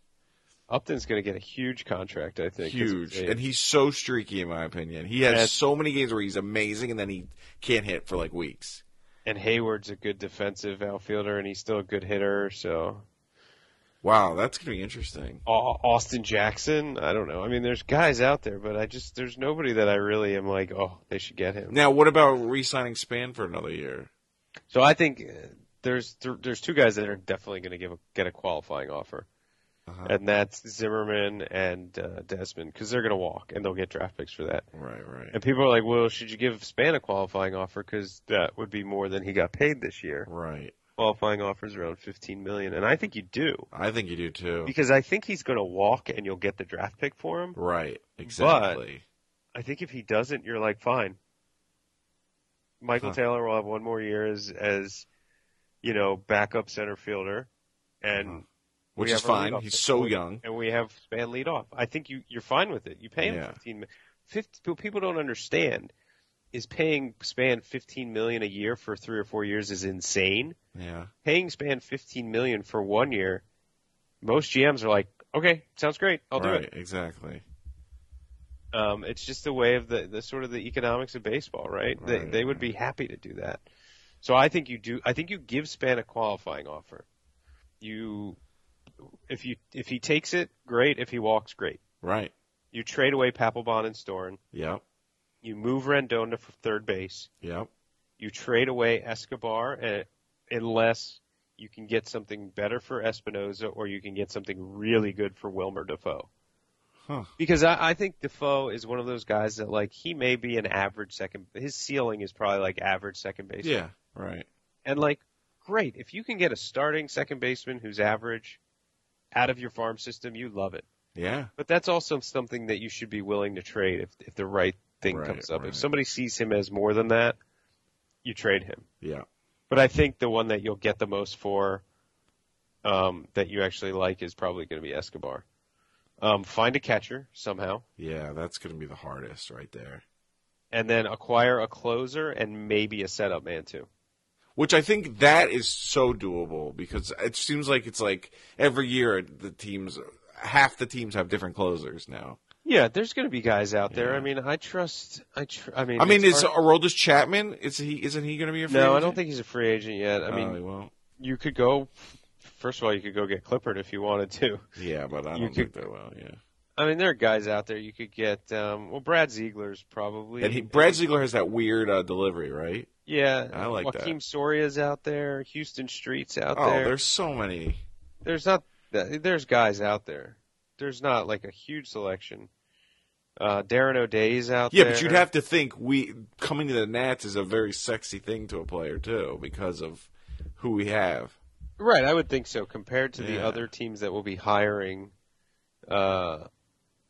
Upton's going to get a huge contract, I think. huge! It's- And he's so streaky, in my opinion. He has Yes. so many games where he's amazing, and then he can't hit for like weeks. and Hayward's a good defensive outfielder, and he's still a good hitter. So Wow, that's gonna be interesting. Au- Austin Jackson, I don't know. I mean, there's guys out there, but I just there's nobody that I really am like, oh, they should get him. Now, what about re-signing Span for another year? So I think uh, there's th- there's two guys that are definitely going to give a, get a qualifying offer, Uh-huh. and that's Zimmerman and uh, Desmond because they're going to walk and they'll get draft picks for that. Right, right, And people are like, well, should you give Span a qualifying offer because that would be more than he got paid this year. right. Qualifying offers around 15 million, and I think you do I think you do too. because I think he's going to walk and you'll get the draft pick for him. Right, exactly. I think if he doesn't, you're like fine. Michael Huh. Taylor will have one more year as as you know backup center fielder, and Uh-huh. Which we is have our fine. leadoff He's pick. so We- young. and we have Span leadoff. I think you you're fine with it. You pay him Yeah. 15 mi- 50 What people don't understand is paying Span 15 million a year for three or four years is insane. Yeah. Paying Span 15 million for one year, most GMs are like, okay, sounds great, I'll do right, it. exactly. Um, it's just the way of the, the sort of the economics of baseball, right? They, Right, they would be happy to do that. So I think you do. I think you give Span a qualifying offer. You, if you if he takes it, great. If he walks, great. Right. You trade away Papelbon and Storn. Yep. You move Rendon to f- third base. Yep. You trade away Escobar, and, unless you can get something better for Espinoza, or you can get something really good for Wilmer Defoe. Huh. Because I, I think Defoe is one of those guys that like he may be an average second. His ceiling is probably like average second baseman. Yeah. Right. And like, great if you can get a starting second baseman who's average out of your farm system, you love it. Yeah. But that's also something that you should be willing to trade if if the right thing Right, comes up. right. If somebody sees him as more than that, you trade him. Yeah. But I think the one that you'll get the most for um, that you actually like is probably going to be Escobar. Um, find a catcher somehow, Yeah, that's going to be the hardest right there. and then acquire a closer and maybe a setup man too. Which I think that is so doable because it seems like it's like every year the teams, half the teams have different closers now. Yeah, there's going to be guys out there. Yeah. I mean, I trust. I tr- I mean, I mean, it's is hard- Aroldis Chapman? Is he? Isn't he going to be a free no, I agent? don't think he's a free agent yet. I Oh, mean, he won't. you could go. First of all, you could go get Clippard if you wanted to. yeah, but I you don't think they will. Yeah, I mean, there are guys out there you could get. Um, well, Brad Ziegler's probably. and he, Brad Ziegler has that weird uh, delivery, right? Yeah, I like that. Joaquin Soria's out there. Houston Street's out oh, there. there's so many. There's not. There's guys out there. There's not like a huge selection. Uh, Darren O'Day's out Yeah, there. but you'd have to think we coming to the Nats is a very sexy thing to a player too because of who we have. Right, I would think so. Compared to the Yeah. other teams that will be hiring, uh,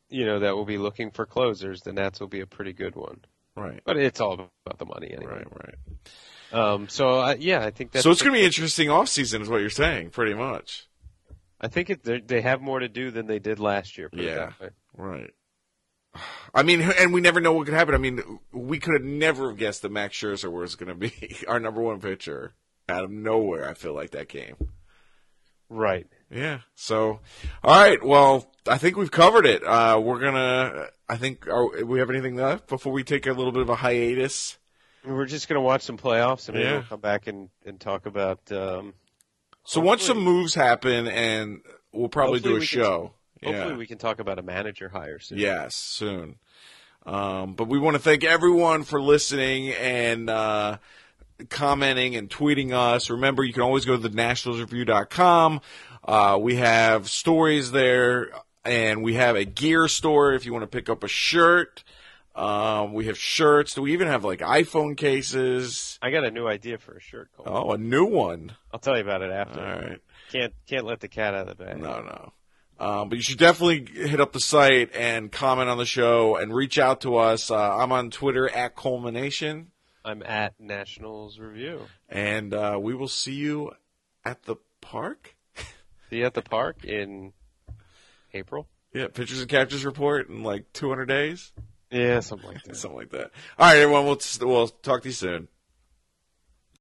you know, that will be looking for closers, the Nats will be a pretty good one. Right. But it's all about the money anyway. Right, right. Um, so I, yeah, I think that's. so it's going to be interesting off season, is what you're saying, pretty much. I think it, they- they have more to do than they did last year. put it Yeah. that way. Right. I mean, and we never know what could happen. I mean, we could have never have guessed that Max Scherzer was going to be our number one pitcher out of nowhere. I feel like that game. Right. Yeah. So, all right. Well, I think we've covered it. Uh, we're gonna. I think are, we have anything left before we take a little bit of a hiatus. We're just going to watch some playoffs and maybe Yeah. we'll come back and, and talk about. Um, So once some Hopefully- moves happen, and we'll probably Hopefully do a we can- show. Hopefully, yeah. we can talk about a manager hire soon. Yes, soon. Um, but we want to thank everyone for listening and uh, commenting and tweeting us. Remember, you can always go to the nationalsreview.com. Uh, we have stories there, and we have a gear store if you want to pick up a shirt. Um, we have shirts. We even have like iPhone cases. I got a new idea for a shirt. Cole. Oh, a new one. I'll tell you about it All after. right. Can't can't let the cat out of the bag. No, no. Um, but you should definitely hit up the site and comment on the show and reach out to us. Uh, I'm on Twitter at Culmination, I'm at Nationals Review. and uh, we will see you at the park. See you at the park in April. Yeah, pictures and captures report in like 200 days, Yeah, something like that. something like that. All right, everyone, we'll we'll talk to you soon.